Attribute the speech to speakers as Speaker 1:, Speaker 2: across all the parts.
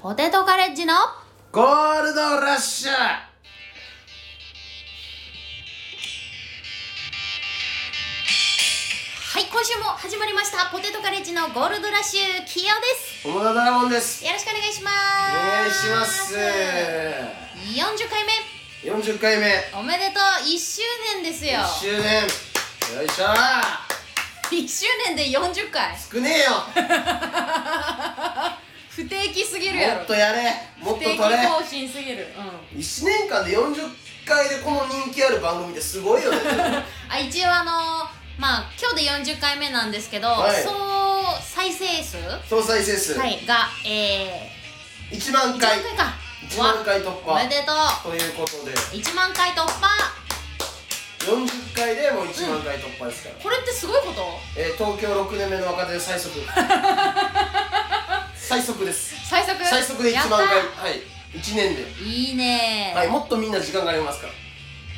Speaker 1: ポテトカレッジの
Speaker 2: ゴールドラッシュ
Speaker 1: はい今週も始まりましたポテトカレッジのゴールドラッシュキヨです
Speaker 2: 小田ドラゴンです
Speaker 1: よろしくお願いしま
Speaker 2: お
Speaker 1: す
Speaker 2: 願いします
Speaker 1: 40回目
Speaker 2: 40回目
Speaker 1: おめでとう1周年ですよ
Speaker 2: 1周年よいしょ
Speaker 1: 1周年で40回
Speaker 2: 少ねえよ
Speaker 1: 不定期すぎるやろ
Speaker 2: もっとやれもっ
Speaker 1: 不
Speaker 2: と
Speaker 1: 定
Speaker 2: 取
Speaker 1: 期
Speaker 2: れ
Speaker 1: 更新すぎる うん
Speaker 2: 1年間で40回でこの人気ある番組ってすごいよね
Speaker 1: あ一応あのーまあ今日で40回目なんですけど、
Speaker 2: はい
Speaker 1: 総再生数
Speaker 2: 総再生数、
Speaker 1: はいがえ
Speaker 2: 1万
Speaker 1: ー、1万
Speaker 2: 回
Speaker 1: 回か
Speaker 2: 1万回突
Speaker 1: わお
Speaker 2: 破
Speaker 1: めでと
Speaker 2: ということで
Speaker 1: う1万回突破
Speaker 2: 40回でもう1万回突破ですから、
Speaker 1: これってすごいこと
Speaker 2: えー東京6年目の若手 最速最速です
Speaker 1: 最速
Speaker 2: 最速で1
Speaker 1: やった
Speaker 2: 万回はい1年で、
Speaker 1: いいねー、
Speaker 2: はい、もっとみんな時間がありますか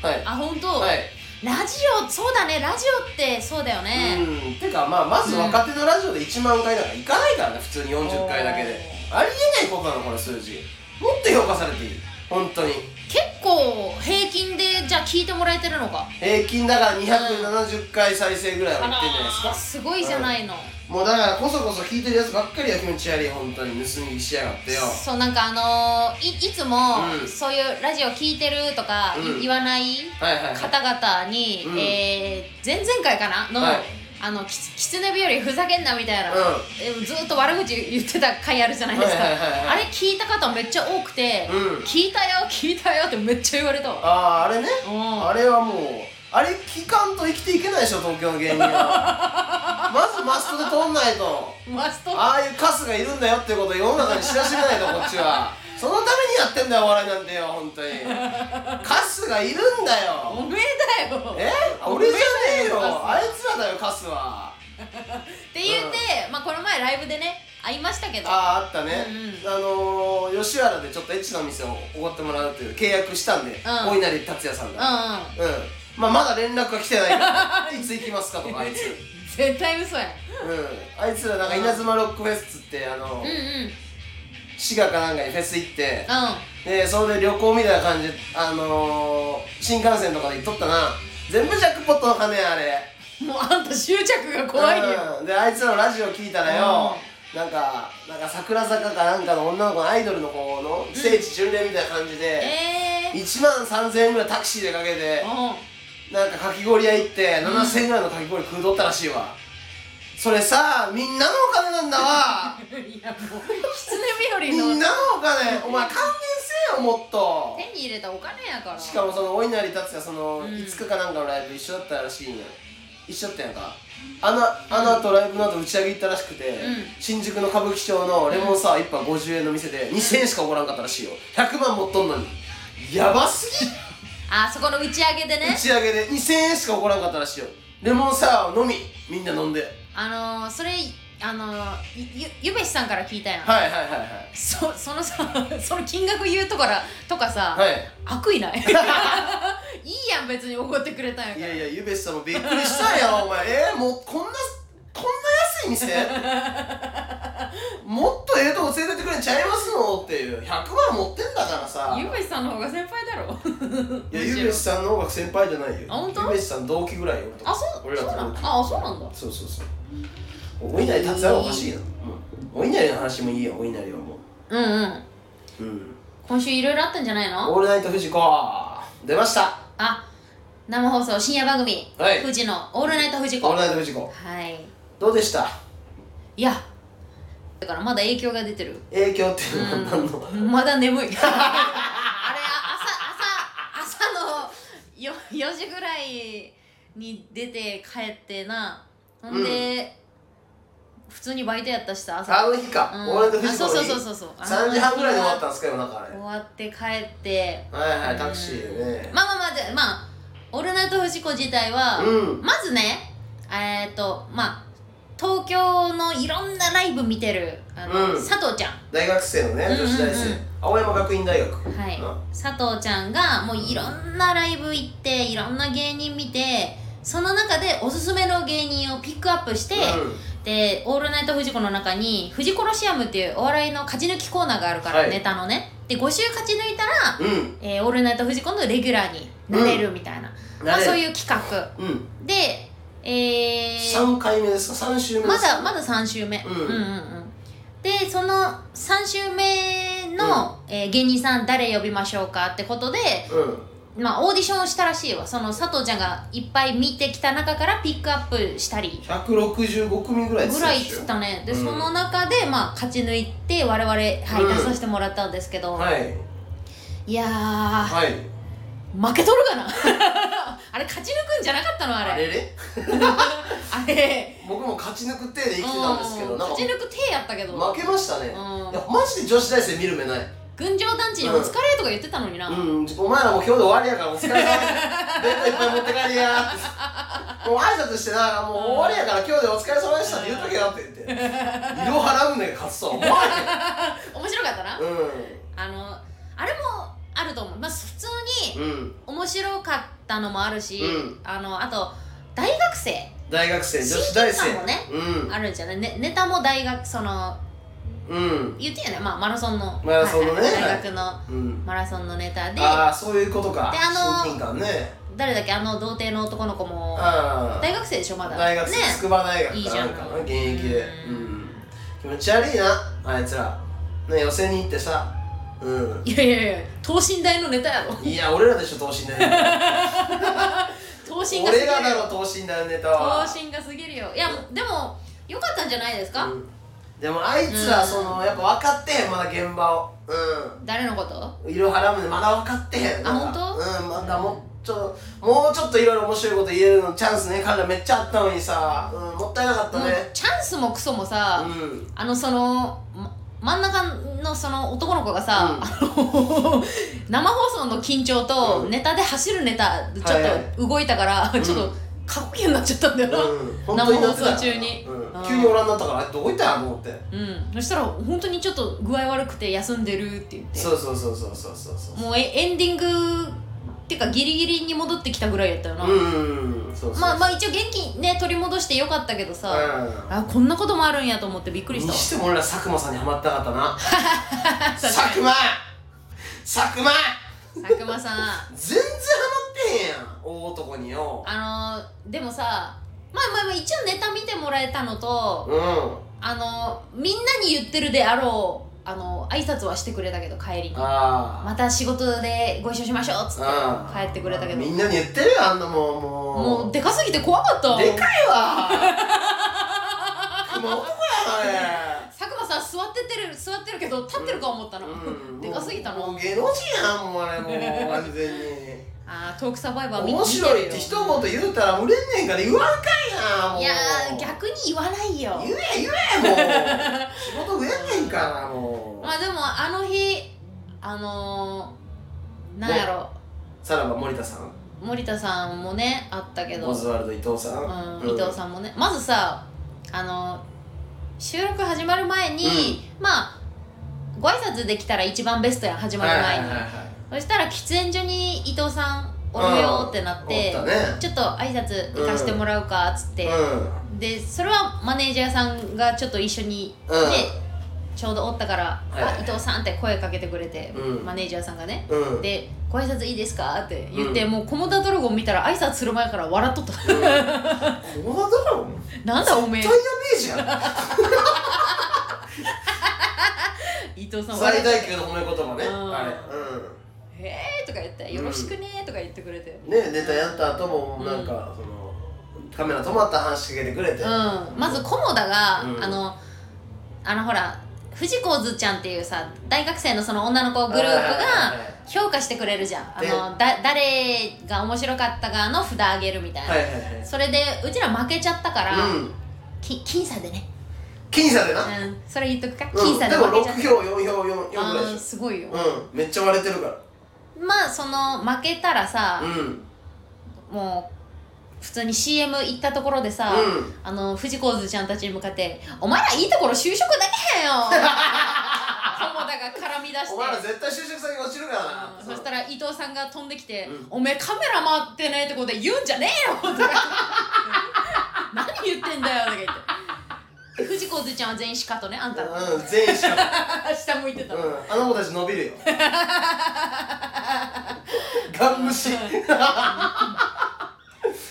Speaker 2: らはい
Speaker 1: あ本当、
Speaker 2: はい
Speaker 1: ラジオそうだねラジオってそうだよね、
Speaker 2: うんてかまあまず若手のラジオで1万回なんかいかないからね普通に40回だけでありえないことなのこの数字もっと評価されていい本当に
Speaker 1: 結構平均でじゃあ聞いてもらえてるのか
Speaker 2: 平均だから270回再生ぐらいは
Speaker 1: あ
Speaker 2: いってんじゃないですか、
Speaker 1: らーすごいじゃないの、
Speaker 2: もうだからこそこそ聞いてるやつばっかりよ気持ち悪い本当に盗み聞きしやがってよ
Speaker 1: そうなんかあのー、いいつも、
Speaker 2: うん
Speaker 1: そういうラジオ聞いてるとか、い
Speaker 2: うん
Speaker 1: 言わない
Speaker 2: はいはいはい
Speaker 1: 方々に、
Speaker 2: うん
Speaker 1: えー、前々回かなの、
Speaker 2: はい
Speaker 1: あのきつきつね日よりふざけんなみたいな、
Speaker 2: うん
Speaker 1: えーずっと悪口言ってた回あるじゃないですか、
Speaker 2: はいはいはいはい
Speaker 1: あれ聞いた方めっちゃ多くて、
Speaker 2: うん
Speaker 1: 聞いたよ聞いたよってめっちゃ言われたわ
Speaker 2: あああれね
Speaker 1: うん
Speaker 2: あれはもうあれ聞かんと生きていけないでしょ東京の芸人は まずマストで通んないと
Speaker 1: マスト
Speaker 2: ああいうカスがいるんだよってことを世の中に知らしめないとこっ ちはそのためにやってんだよお笑いなんてよ本当にカスがいるんだ
Speaker 1: お
Speaker 2: よ
Speaker 1: めえだよ
Speaker 2: え俺じゃねえ
Speaker 1: おめ
Speaker 2: よ
Speaker 1: えだよ
Speaker 2: あいつらだよカスは
Speaker 1: って言って、まあ、この前ライブでね会いましたけど
Speaker 2: あああったね、
Speaker 1: う
Speaker 2: あのー、吉原でちょっとエッチな店をおごってもらうという契約したんで、
Speaker 1: ん
Speaker 2: お稲荷達也さん
Speaker 1: うん
Speaker 2: が
Speaker 1: うん
Speaker 2: うん、まあまだ連絡が来てないから いつ行きますかとかあいつ
Speaker 1: 絶対嘘や
Speaker 2: うん、あいつらなんか稲妻ロックフェスっつってあの、
Speaker 1: うんうん
Speaker 2: 滋賀かなんかにフェス行って
Speaker 1: う
Speaker 2: でそれで旅行みたいな感じであのー、新幹線とかで行っとったな全部ジャックポットの金やあれ
Speaker 1: んもうあんた執着が怖いよ、
Speaker 2: うん、であいつらのラジオ聞いたらよ、なんかなんか桜坂かなんかの女の子のアイドルの子の聖地巡礼みたいな感じで、
Speaker 1: ええ
Speaker 2: 1万3000円ぐらいタクシーでかけて
Speaker 1: ー、うん
Speaker 2: なんかかき氷屋行って7000円ぐらいのかき氷食うとったらしいわそれさみんなのお金なんだわ
Speaker 1: いやもう狐
Speaker 2: み
Speaker 1: 日和の
Speaker 2: んなのお金お前還元せえよもっと
Speaker 1: 手に入れたお金やから
Speaker 2: しかもそのお稲荷達也その
Speaker 1: うん
Speaker 2: 5日かなんかのライブ一緒だったらしいんや一緒だったんやんかあのあの後ライブの後打ち上げ行ったらしくて、
Speaker 1: ん
Speaker 2: 新宿の歌舞伎町のレモンサワー1杯50円の店で2000円しかおごらんかったらしいよ100万持っとんのにやばすぎ
Speaker 1: あそこの打ち上げで
Speaker 2: 打
Speaker 1: ね
Speaker 2: ち上げで2000円しかおごらんかったらしいよレモンサワーを飲みみんな飲んで
Speaker 1: あのー、それあのー、ゆゆゆべしさんから聞いたやん、
Speaker 2: はいはいはいはい
Speaker 1: そそのさその金額言うとからとかさ、
Speaker 2: はい
Speaker 1: 悪意ない いい やん別に怒ってくれたんやか
Speaker 2: い
Speaker 1: ら
Speaker 2: やいや、ゆべしさんもびっくりした よ、お前。えー、もうこんな、こんな安い店もっとええとこ連れてってくれんちゃいますのっていう。100万持ってんだからさ。
Speaker 1: ゆべしさんの方が先輩だろ
Speaker 2: いや、ゆべしさんの方が先輩じゃないよ。
Speaker 1: あ本当
Speaker 2: ゆべしさん同期ぐらいよ。俺と
Speaker 1: あそう
Speaker 2: 俺らと同期
Speaker 1: そうなんあそうなんだ
Speaker 2: そうそうそう。お稲荷達也はおかしいな。うんお稲荷の話もいいよ、お稲荷はも
Speaker 1: うんうん
Speaker 2: う。うん。
Speaker 1: 今週いろいろあったんじゃないの
Speaker 2: オールナイト富士子出ました
Speaker 1: あ生放送深夜番組「
Speaker 2: はい
Speaker 1: 富士のオールナイト富士
Speaker 2: オー
Speaker 1: 子」
Speaker 2: ルナイト富士子。
Speaker 1: はい
Speaker 2: どうでした
Speaker 1: いやだからまだ影響が出てる
Speaker 2: 影響っていうのは何の、
Speaker 1: まだ眠い あれあ朝朝朝のよ4時ぐらいに出て帰ってなほんで、普通にバイトやったしさ朝
Speaker 2: あの日か、
Speaker 1: うん
Speaker 2: オールナイト富
Speaker 1: あ
Speaker 2: 士子
Speaker 1: そ
Speaker 2: の
Speaker 1: う
Speaker 2: 日
Speaker 1: そうそうそうそうあの
Speaker 2: 3時半ぐらいで終わったんですか夜中あれ
Speaker 1: 終わって帰って
Speaker 2: はいはいタクシーでね
Speaker 1: まあまあまあでまあ「オールナイトフジコ」自体は、
Speaker 2: うん
Speaker 1: まずねえっ、とまあ東京のいろんなライブ見てるあの、
Speaker 2: うん
Speaker 1: 佐藤ちゃん
Speaker 2: 大学生のね女子大生、
Speaker 1: うんうんう
Speaker 2: 青山学院大学
Speaker 1: はい、
Speaker 2: うん
Speaker 1: 佐藤ちゃんがもういろんなライブ行っていろんな芸人見てその中でおすすめの芸人をピックアップして、
Speaker 2: うん
Speaker 1: でで「オールナイトフジコ」の中に「フジコロシアム」っていうお笑いの勝ち抜きコーナーがあるから、
Speaker 2: はい
Speaker 1: ネタのねで5週勝ち抜いたら
Speaker 2: う
Speaker 1: 「
Speaker 2: ん
Speaker 1: えーオールナイトフジコ」のレギュラーになれるみたいな、まあ、そういう企画
Speaker 2: う、うん、
Speaker 1: でえー
Speaker 2: 3回目ですか3週目で
Speaker 1: ます
Speaker 2: か
Speaker 1: だまだ3週目、
Speaker 2: うん
Speaker 1: うんうんでその3週目の、えー芸人さん誰呼びましょうかってことで、
Speaker 2: うん
Speaker 1: まあ、オーディションをしたらしいわその佐藤ちゃんがいっぱい見てきた中からピックアップしたり
Speaker 2: 165組ぐらい
Speaker 1: ぐらいっつったねで、
Speaker 2: うん
Speaker 1: その中で、まあ、勝ち抜いて我々、はい、出
Speaker 2: うん
Speaker 1: させてもらったんですけど、
Speaker 2: はい
Speaker 1: いやー
Speaker 2: はい
Speaker 1: 負けとるかな あれ勝ち抜くんじゃなかったのあれ
Speaker 2: あれれ
Speaker 1: あれ
Speaker 2: 僕も勝ち抜く手で生きてたんですけ
Speaker 1: う
Speaker 2: ど
Speaker 1: ん
Speaker 2: なんか
Speaker 1: 勝ち抜く手やったけど
Speaker 2: 負けましたね、
Speaker 1: うん
Speaker 2: いやマジで女子大生見る目ない
Speaker 1: 群青団地にお疲れとか言ってたのにな、
Speaker 2: うんお前らもう今日で終わりやからお疲れ様弁当いっぱい持って帰りやってもう挨拶してなもう終わりやから今日でお疲れ様でしたって言うとけよって言って色払うねん勝つとは思わ
Speaker 1: 面白かったな、
Speaker 2: へん
Speaker 1: あのあれもあると思う、まあ、普通に
Speaker 2: うんうん
Speaker 1: 面白かったのもあるし、
Speaker 2: うん
Speaker 1: あのあと大学生
Speaker 2: 大学生女子大
Speaker 1: 親近
Speaker 2: 生
Speaker 1: 感もね
Speaker 2: うん
Speaker 1: あるんじゃない、ね、ネタも大学その
Speaker 2: うん
Speaker 1: 言ってよね、まあ、マラソンの
Speaker 2: マラソンのね
Speaker 1: はい大学の
Speaker 2: うん
Speaker 1: マラソンのネタで
Speaker 2: ああそういうことか
Speaker 1: であの
Speaker 2: 親近感ね
Speaker 1: 誰だっけあの童貞の男の子も
Speaker 2: あ
Speaker 1: 大学生でしょまだ
Speaker 2: 大学生、
Speaker 1: ね
Speaker 2: 筑波大
Speaker 1: い
Speaker 2: 学
Speaker 1: い
Speaker 2: か
Speaker 1: じゃ
Speaker 2: なんんかな現役で
Speaker 1: う
Speaker 2: うんん、気持ち悪いなあいつらね予選に行ってさうん
Speaker 1: いやいやいや等身大のネタやろ
Speaker 2: いや俺らでしょ等身大のネタ
Speaker 1: 等身がすぎ
Speaker 2: 俺
Speaker 1: る
Speaker 2: らだろ等身大のネタは
Speaker 1: 等身がすぎるよいやでもよかったんじゃないですか、
Speaker 2: うんでもあいつ
Speaker 1: う
Speaker 2: ら
Speaker 1: ん
Speaker 2: そのやっぱ分かってへんまだ現場を
Speaker 1: 誰のこと
Speaker 2: うんいろはらむでまだ分かってへん
Speaker 1: あ
Speaker 2: なんか
Speaker 1: 本
Speaker 2: うんまだもうちょもうちょっといろいろ面白いこと言えるのチャンスね彼らめっちゃあったのにさ、うん、もったいなかった
Speaker 1: もう
Speaker 2: ね
Speaker 1: チャンスもクソもさ、
Speaker 2: うん
Speaker 1: あのその、ま真ん中のその男の子がさ、
Speaker 2: うん
Speaker 1: あの 生放送の緊張と
Speaker 2: うん
Speaker 1: ネタで走るネタちょっ
Speaker 2: はいはい
Speaker 1: と動いたから、
Speaker 2: ん
Speaker 1: ちょっとかっこいいになっちゃったんだよな、うん
Speaker 2: うん、本当になって
Speaker 1: 生
Speaker 2: た
Speaker 1: 放
Speaker 2: よ
Speaker 1: 送中に
Speaker 2: う
Speaker 1: うんん、
Speaker 2: 急におらんなったからあれどこ行ったんやと思って
Speaker 1: そしたら本当にちょっと具合悪くて休んでるって言って
Speaker 2: そうそうそうそうそうそうそう
Speaker 1: もうえエンディングっていうかギリギリに戻ってきたぐらいやったよな、
Speaker 2: うんそうそう
Speaker 1: まあまあ一応元気ね取り戻してよかったけどさ、
Speaker 2: あ
Speaker 1: あこんなこともあるんやと思ってびっくり
Speaker 2: に
Speaker 1: したわ
Speaker 2: しても俺ら佐久間さんにハマったかった な
Speaker 1: 確
Speaker 2: 佐久間佐久間
Speaker 1: かに佐久間さん
Speaker 2: 全然ハマってへんやん大男によ
Speaker 1: あのでもさまあまあまあ一応ネタ見てもらえたのと
Speaker 2: うん
Speaker 1: あのみんなに言ってるであろうあの挨拶はしてくれたけど帰りに
Speaker 2: あ
Speaker 1: また仕事でご一緒しましょうっつって
Speaker 2: あ
Speaker 1: 帰ってくれたけど
Speaker 2: みんなに言ってるよあんなもんもう
Speaker 1: もうでかすぎて怖かったわ
Speaker 2: でかい わ熊男や
Speaker 1: 佐久間さん座っててる座ってるけど立ってるか思った
Speaker 2: な
Speaker 1: の、
Speaker 2: うん
Speaker 1: でかすぎたな
Speaker 2: もう芸能人やんもうあれもう完全に
Speaker 1: あートークサバイバー見
Speaker 2: 面白いって一言言うたら売れんねんから言わんかいなもう
Speaker 1: いやー逆に言わないよ
Speaker 2: 言え言えもう仕事増えんねんからもう、
Speaker 1: まあでもあの日あのー、なんやろ
Speaker 2: さらば森田さん
Speaker 1: 森田さんもねあったけど
Speaker 2: オズワルド伊藤さん、
Speaker 1: うん、伊藤さんもねまずさあの収録始まる前に、まあご挨拶できたら一番ベストやん始まる前に、
Speaker 2: はいはいはいはい
Speaker 1: そしたら喫煙所に伊藤さんおるよってなって、
Speaker 2: おったね
Speaker 1: ちょっと挨拶行かしてもらうかっつって、でそれはマネージャーさんがちょっと一緒に、
Speaker 2: うん
Speaker 1: でちょうどおったから「
Speaker 2: はいはい
Speaker 1: あ伊藤さん」って声かけてくれて、
Speaker 2: うん
Speaker 1: マネージャーさんがね
Speaker 2: うんうん
Speaker 1: で「ご挨拶いいですか?」って言って、
Speaker 2: うん
Speaker 1: もうコモダドラゴン見たら挨拶する前から笑っとった
Speaker 2: うん、このドラゴン
Speaker 1: なんだおめえ
Speaker 2: 絶対やべえじゃん
Speaker 1: 伊藤さん
Speaker 2: 最
Speaker 1: 笑っ
Speaker 2: 大級の褒め言葉ね
Speaker 1: うん
Speaker 2: あれ
Speaker 1: てへえとか言って「よろしくね」とか言ってくれて
Speaker 2: うんねネタやった後もなんか、そのカメラ止まったら話しかけてくれて、
Speaker 1: うんまず菰田が、
Speaker 2: うん
Speaker 1: あのあのほら藤子ずちゃんっていうさ大学生のその女の子グループ
Speaker 2: はいはいはい
Speaker 1: が
Speaker 2: はい
Speaker 1: 評価してくれるじゃんあ
Speaker 2: で
Speaker 1: のだ誰が面白かったかの札あげるみたいな、
Speaker 2: はいはいはい
Speaker 1: それでうちら負けちゃったから、
Speaker 2: うん
Speaker 1: き僅差でね、
Speaker 2: 僅差でな、
Speaker 1: うん、それ言っとくか
Speaker 2: う
Speaker 1: 僅
Speaker 2: ん、
Speaker 1: 差で
Speaker 2: でも
Speaker 1: 負け
Speaker 2: 6
Speaker 1: ちゃった、
Speaker 2: 票4票4票ぐらい
Speaker 1: あ
Speaker 2: で
Speaker 1: ー
Speaker 2: し
Speaker 1: すごいよ
Speaker 2: ょ、うん、めっちゃ割れてるか
Speaker 1: まあその負けたらさ
Speaker 2: ら、うん
Speaker 1: もう普通に CM 行ったところでさ、
Speaker 2: うん
Speaker 1: あの藤子図ちゃんたちに向かって「お前らいいところ就職だけへんよ! 」友田 が絡み出して
Speaker 2: お前ら絶対就職先落ちるから
Speaker 1: う
Speaker 2: なん
Speaker 1: そしたら伊藤さんが飛んできて「
Speaker 2: うん
Speaker 1: おめえカメラ回ってないとこで言うんじゃねえよ!」とか言って何言ってんだよ」とか言って。藤子ずちゃんは全員しかとねあんたの
Speaker 2: うん全員しか
Speaker 1: 下向いてた
Speaker 2: う
Speaker 1: の
Speaker 2: んあの子たち伸び るよガン虫い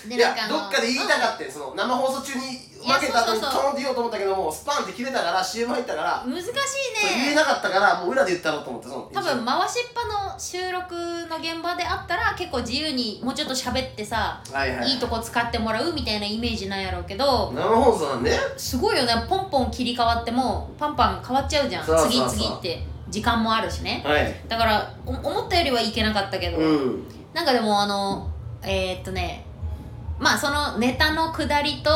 Speaker 1: で
Speaker 2: や
Speaker 1: なんあ
Speaker 2: ど
Speaker 1: の
Speaker 2: っかで言いたかったよその生放送中に
Speaker 1: いや
Speaker 2: 負けた後に
Speaker 1: そ
Speaker 2: ト
Speaker 1: うそうそう
Speaker 2: ーンって言おうと思ったけどもスパンって切れたから CM 入ったから
Speaker 1: 難しい
Speaker 2: それ言え
Speaker 1: ね
Speaker 2: なかったからもう裏で言ったろうと思ってその
Speaker 1: 多分回しっぱの収録の現場であったら結構自由にもうちょっと喋ってさ
Speaker 2: はいはい
Speaker 1: いいとこ使ってもらうみたいなイメージなんやろうけど
Speaker 2: 生放送なんです
Speaker 1: ごいよねポンポン切り替わってもパンパン変わっちゃうじゃん
Speaker 2: そうそうそう
Speaker 1: 次々って時間もあるしね
Speaker 2: はい
Speaker 1: だからお思ったよりはいけなかったけど、
Speaker 2: うん
Speaker 1: なんかでもあのえーっとねまあそのネタの下りと、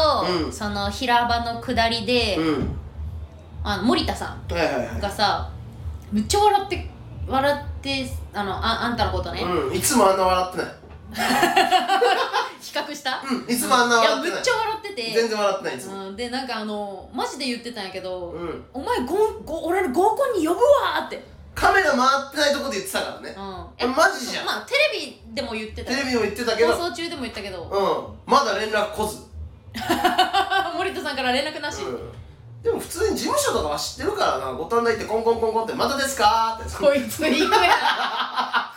Speaker 2: うん
Speaker 1: その平場の下りで、
Speaker 2: うん
Speaker 1: あの森田さん
Speaker 2: はいはいは
Speaker 1: がさめっちゃ笑って笑ってあのああんたのことね、
Speaker 2: いうんいつもあんな笑ってない
Speaker 1: 比較した、
Speaker 2: うんいつもあんな笑って
Speaker 1: いや
Speaker 2: ない
Speaker 1: めっちゃ笑ってて
Speaker 2: 全然笑ってないいつも
Speaker 1: うん、でなんかあのマジで言ってたんやけど、
Speaker 2: うん
Speaker 1: お前ごご俺の合コンに呼ぶわーって、うん、
Speaker 2: カメラ回ってないとこで言ってたからね
Speaker 1: え
Speaker 2: マジじゃん
Speaker 1: まあテレビでも言ってた
Speaker 2: テ
Speaker 1: よ
Speaker 2: レビでも言ってたけど
Speaker 1: 放送中でも言ったけど、
Speaker 2: うんまだ連絡来ず
Speaker 1: 森田さんから連絡なし、
Speaker 2: うんでも普通に事務所とかは知ってるからな五反田行ってコンコンコンコンって「まだですか?」って「
Speaker 1: こいついいや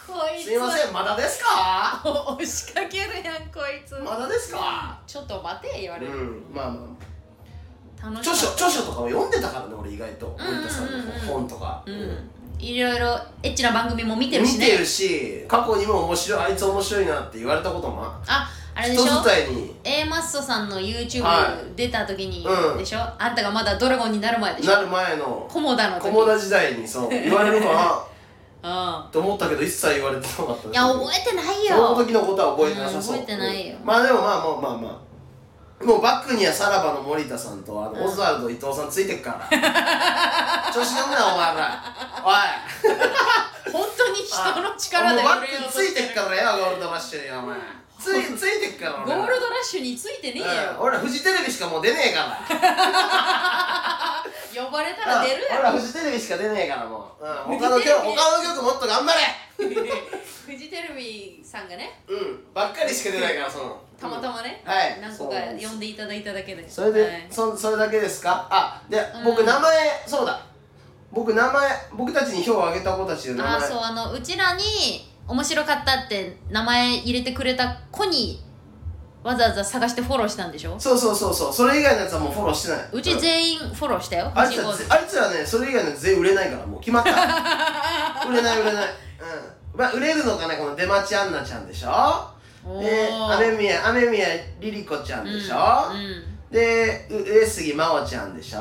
Speaker 1: こいつ
Speaker 2: すいませんまだですか?
Speaker 1: ん押しかけるやんこいつ、」
Speaker 2: まだですか
Speaker 1: ちょっと待て言わ
Speaker 2: う
Speaker 1: れる、
Speaker 2: んまあまあ
Speaker 1: 楽し
Speaker 2: 著
Speaker 1: かった
Speaker 2: 書著書とかも読んでたからね俺意外と
Speaker 1: うんうんうん
Speaker 2: 森田さんの本とか
Speaker 1: うんいろいろエッチな番組も見
Speaker 2: 見
Speaker 1: てるしね
Speaker 2: 見てるし過去にも面白いあいつ面白いなって言われたこともあ
Speaker 1: ああれでし
Speaker 2: 人
Speaker 1: ょ
Speaker 2: 伝いに
Speaker 1: A マッソさんの YouTube
Speaker 2: は
Speaker 1: 出た時に、
Speaker 2: うん
Speaker 1: でしょあんたがまだドラゴンになる前でしょ
Speaker 2: なる前の
Speaker 1: 菰田の時
Speaker 2: 友達時代にそう言われるか な
Speaker 1: うん
Speaker 2: と思ったけど一切言われてなかったね
Speaker 1: いや覚えてないよ
Speaker 2: その時のことは覚えてなさそう、
Speaker 1: うん覚えてないよ
Speaker 2: まあでもまあまあまあまあもうバックにはさらばの森田さんとあの、
Speaker 1: うん
Speaker 2: オズワルド伊藤さんついてくか ら調子乗んなお前らおい
Speaker 1: 本当に人の力で
Speaker 2: もうバッ
Speaker 1: 売れよう
Speaker 2: ク
Speaker 1: と
Speaker 2: つ
Speaker 1: し
Speaker 2: い
Speaker 1: て
Speaker 2: て
Speaker 1: る
Speaker 2: くからやゴールドラッシュにお前ついついてくから
Speaker 1: ゴ
Speaker 2: 俺ら
Speaker 1: ールドラッシュについてねえよ、
Speaker 2: うん俺らフジテレビしかもう出ねえから
Speaker 1: 呼ばれたら出る
Speaker 2: うん俺ら
Speaker 1: やろ
Speaker 2: フジテレビしか出ねえからもう、うん、他の曲他の曲もっと頑張れ
Speaker 1: フジテレビさんがね
Speaker 2: うんばっかりしか出ないからその
Speaker 1: たまたまね、
Speaker 2: はい
Speaker 1: 何個か呼んでいただいただけで
Speaker 2: それで、
Speaker 1: はい
Speaker 2: そそれだけですかあで、
Speaker 1: うん
Speaker 2: 僕名前そうだ僕名前僕たちに票をあげた子たちの名前
Speaker 1: ああそうあのうちらに面白かったって名前入れてくれた子にわざわざ探してフォローしたんでしょ
Speaker 2: そうそうそうそうそれ以外のやつはもうフォローしてないう
Speaker 1: うち
Speaker 2: 員
Speaker 1: 全員フォローしたよ
Speaker 2: あいつ
Speaker 1: 星
Speaker 2: ら
Speaker 1: 5
Speaker 2: あいつらねそれ以外のやつ全員売れないからもう 決まった売れない売れないうんまあ売れるのがねこの出町アンナちゃんでしょ
Speaker 1: お
Speaker 2: で
Speaker 1: ー
Speaker 2: 雨宮雨宮リリ子ちゃんでしょ、
Speaker 1: うんうん
Speaker 2: でう上杉真央ちゃんでしょ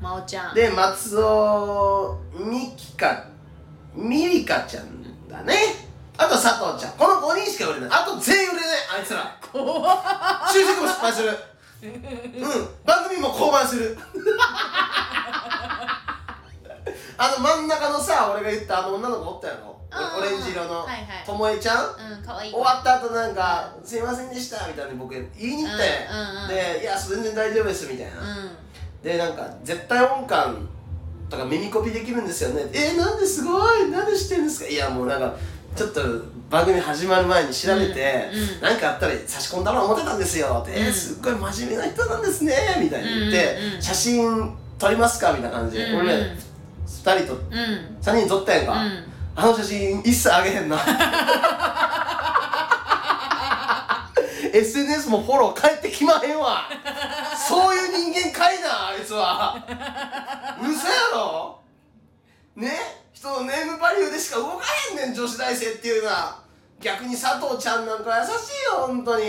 Speaker 1: 真央ちゃん
Speaker 2: で松尾美希かみりかちゃんだねあと佐藤ちゃんこの5人しか売れないあと全員売れないあいつら
Speaker 1: 怖っ
Speaker 2: 就職も失敗するうん番組も降板 するあの真ん中のさ俺が言ったあの女の子おったやろ
Speaker 1: あー
Speaker 2: オレンジ色の
Speaker 1: はいはい
Speaker 2: ともえちゃん
Speaker 1: うん可愛い
Speaker 2: 終わった後なんか「すいませんでした」みたいに僕言いに行って、
Speaker 1: うんうんうん
Speaker 2: で「いや全然大丈夫です」みたいな、
Speaker 1: うん
Speaker 2: でなんか絶対音感とか耳コピできるんですよねえー、なんですごいなんでしてるんですかいやもうなんかちょっと番組始まる前に調べて、
Speaker 1: うんうん
Speaker 2: なんかあったら差し込んだら思ってたんですよって、え
Speaker 1: う
Speaker 2: ー、
Speaker 1: ん
Speaker 2: すっごい真面目な人なんですねみたいに言って、
Speaker 1: うんうんうん
Speaker 2: 写真撮りますかみたいな感じで、
Speaker 1: うんうん
Speaker 2: 俺ね2人と
Speaker 1: うん
Speaker 2: 3人撮ったやん
Speaker 1: う
Speaker 2: か、
Speaker 1: ん
Speaker 2: あの写真一切あげへんな SNS もフォロー返ってきまへんわそういう人間かいなあいつは嘘やろね人のネームバリューでしか動かへんねん女子大生っていうのは逆に佐藤ちゃんなんか優しいよ本当に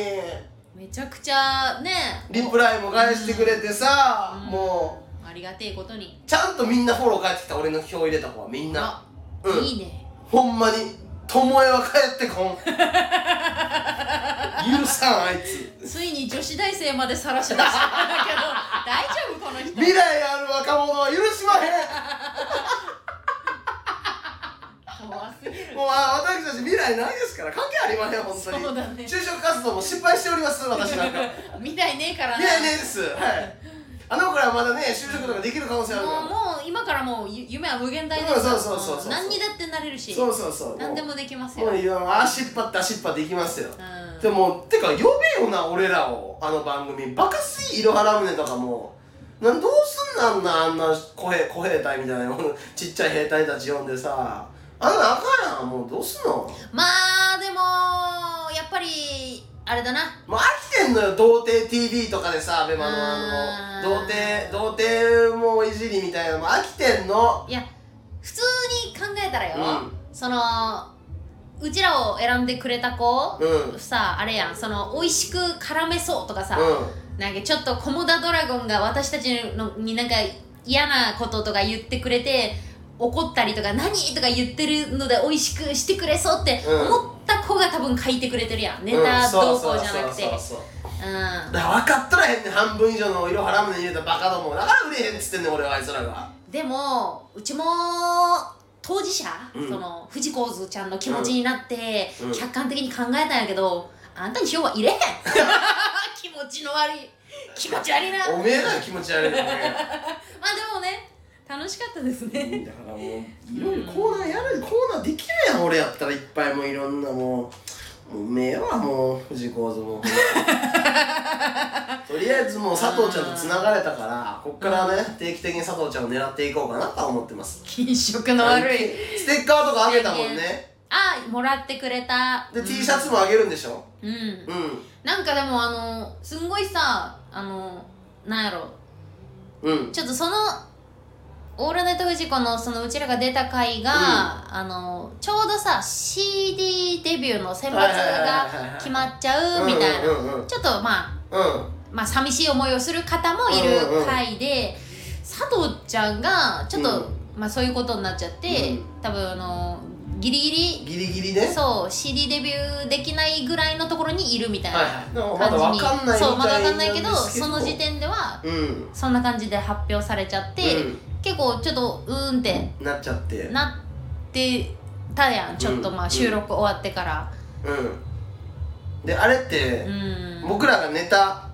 Speaker 1: めちゃくちゃね
Speaker 2: リプライも返してくれてさ、
Speaker 1: うん
Speaker 2: もう
Speaker 1: ありがてえことに
Speaker 2: ちゃんとみんなフォロー返ってきた俺の票入れた子はみんな
Speaker 1: あ
Speaker 2: うん
Speaker 1: いいね
Speaker 2: ほんまに巴は帰ってこん許さんあいつ
Speaker 1: ついに女子大生まで晒し出したんだ けど大丈夫この人
Speaker 2: 未来ある若者は許しまへ
Speaker 1: 怖すぎる
Speaker 2: んもうあ私たち未来ないですから関係ありません本当に
Speaker 1: そうだね
Speaker 2: 就職活動も失敗しております私なんか
Speaker 1: 未来ねえからな
Speaker 2: 未来ねえですはいあの子らはまだね就職とかできる可能性あるか
Speaker 1: もう
Speaker 2: ら
Speaker 1: もう今からもうゆ夢は無限大です
Speaker 2: そうそうそうそうそうん
Speaker 1: 何にだってなれるし
Speaker 2: そうそうそう
Speaker 1: 何で
Speaker 2: も
Speaker 1: もできます
Speaker 2: う
Speaker 1: よ、
Speaker 2: も
Speaker 1: う、
Speaker 2: うんいやああ失敗ってあ失敗できますよでもてか呼べよな俺らをあの番組バカすぎいろはラムネとかもなんどうすんなんなあんな小兵小兵隊みたいなちっちゃい兵隊たち呼んでさあんなあかんやんもうどうすんの
Speaker 1: まあでもやっぱりあれだな
Speaker 2: もう飽きてんのよ童貞 TV とかでさアベマのあ
Speaker 1: あー
Speaker 2: の童貞童貞もいじりみたいなのも飽きてんの
Speaker 1: いや普通に考えたらよ、
Speaker 2: うん
Speaker 1: そのうちらを選んでくれた子、
Speaker 2: うんうん
Speaker 1: さあれやんその美味しく絡めそうとかさ、なんかちょっとコモダドラゴンが私たちのになんか嫌なこととか言ってくれて怒ったりとか何とか言ってるので美味しくしてくれそうって
Speaker 2: うん
Speaker 1: 思った子が多分書いてくれてるやんネ
Speaker 2: うん
Speaker 1: タ
Speaker 2: そ
Speaker 1: ど
Speaker 2: う
Speaker 1: うこ
Speaker 2: そう
Speaker 1: う
Speaker 2: そう
Speaker 1: じゃなくて
Speaker 2: そうそう
Speaker 1: う
Speaker 2: だから分かっとらへんねん半分以上の色腹胸に入れたバカどもだから売れへんっつってんねん俺はあいつらが
Speaker 1: んでもうちも当事者、
Speaker 2: うん
Speaker 1: その藤子図ちゃんの気持ちになって
Speaker 2: うんうん
Speaker 1: 客観的に考えたんやけど、あんたに票は入れへん 気持ちの悪い気持ち悪いな
Speaker 2: おめえらが気持ち悪いよね
Speaker 1: まあでもね楽しかったですね
Speaker 2: だからもういろいろコーナーやる、コーナーできるやん俺やったらいっぱいもういろんなもうもう目はもう藤子像 もとりあえずもう佐藤ちゃんとつながれたからこっからね定期的に佐藤ちゃんを狙っていこうかなとは思ってます
Speaker 1: 金色の悪い
Speaker 2: ステッカーとかあげたもんね
Speaker 1: あもらってくれた
Speaker 2: で、
Speaker 1: うん
Speaker 2: T シャツもあげるんでしょ
Speaker 1: うん
Speaker 2: う
Speaker 1: なんかでもあのすんごいさあのなんやろ
Speaker 2: んうん
Speaker 1: ちょっとその「オールナイトフジコの」そのうちらが出た回が、
Speaker 2: うん
Speaker 1: あのちょうどさ CD デビューの選抜
Speaker 2: はいはいはいはい
Speaker 1: が決まっちゃうみたい
Speaker 2: うんうんうんう
Speaker 1: なんちょっとまあ
Speaker 2: うん
Speaker 1: まあ寂しい思いをする方もい
Speaker 2: うんうん
Speaker 1: る回で、佐藤ちゃんがちょっと、
Speaker 2: うん
Speaker 1: まあ、そういうことになっちゃって、
Speaker 2: うん
Speaker 1: 多分あのギリギリ
Speaker 2: ギリギリね
Speaker 1: そう CD デビューできないぐらいのところにいるみたいな
Speaker 2: はい
Speaker 1: 感
Speaker 2: はい
Speaker 1: じに、
Speaker 2: でもまだわかんないみたい
Speaker 1: そうまだわかんないけど
Speaker 2: なんですけど
Speaker 1: その時点では
Speaker 2: うん
Speaker 1: そんな感じで発表されちゃって、結構ちょっとうーんって
Speaker 2: うんなっちゃって
Speaker 1: なってたやんちょっとま
Speaker 2: うん
Speaker 1: あ収録終わってから
Speaker 2: うんであれって
Speaker 1: う、ん
Speaker 2: 僕らがネタ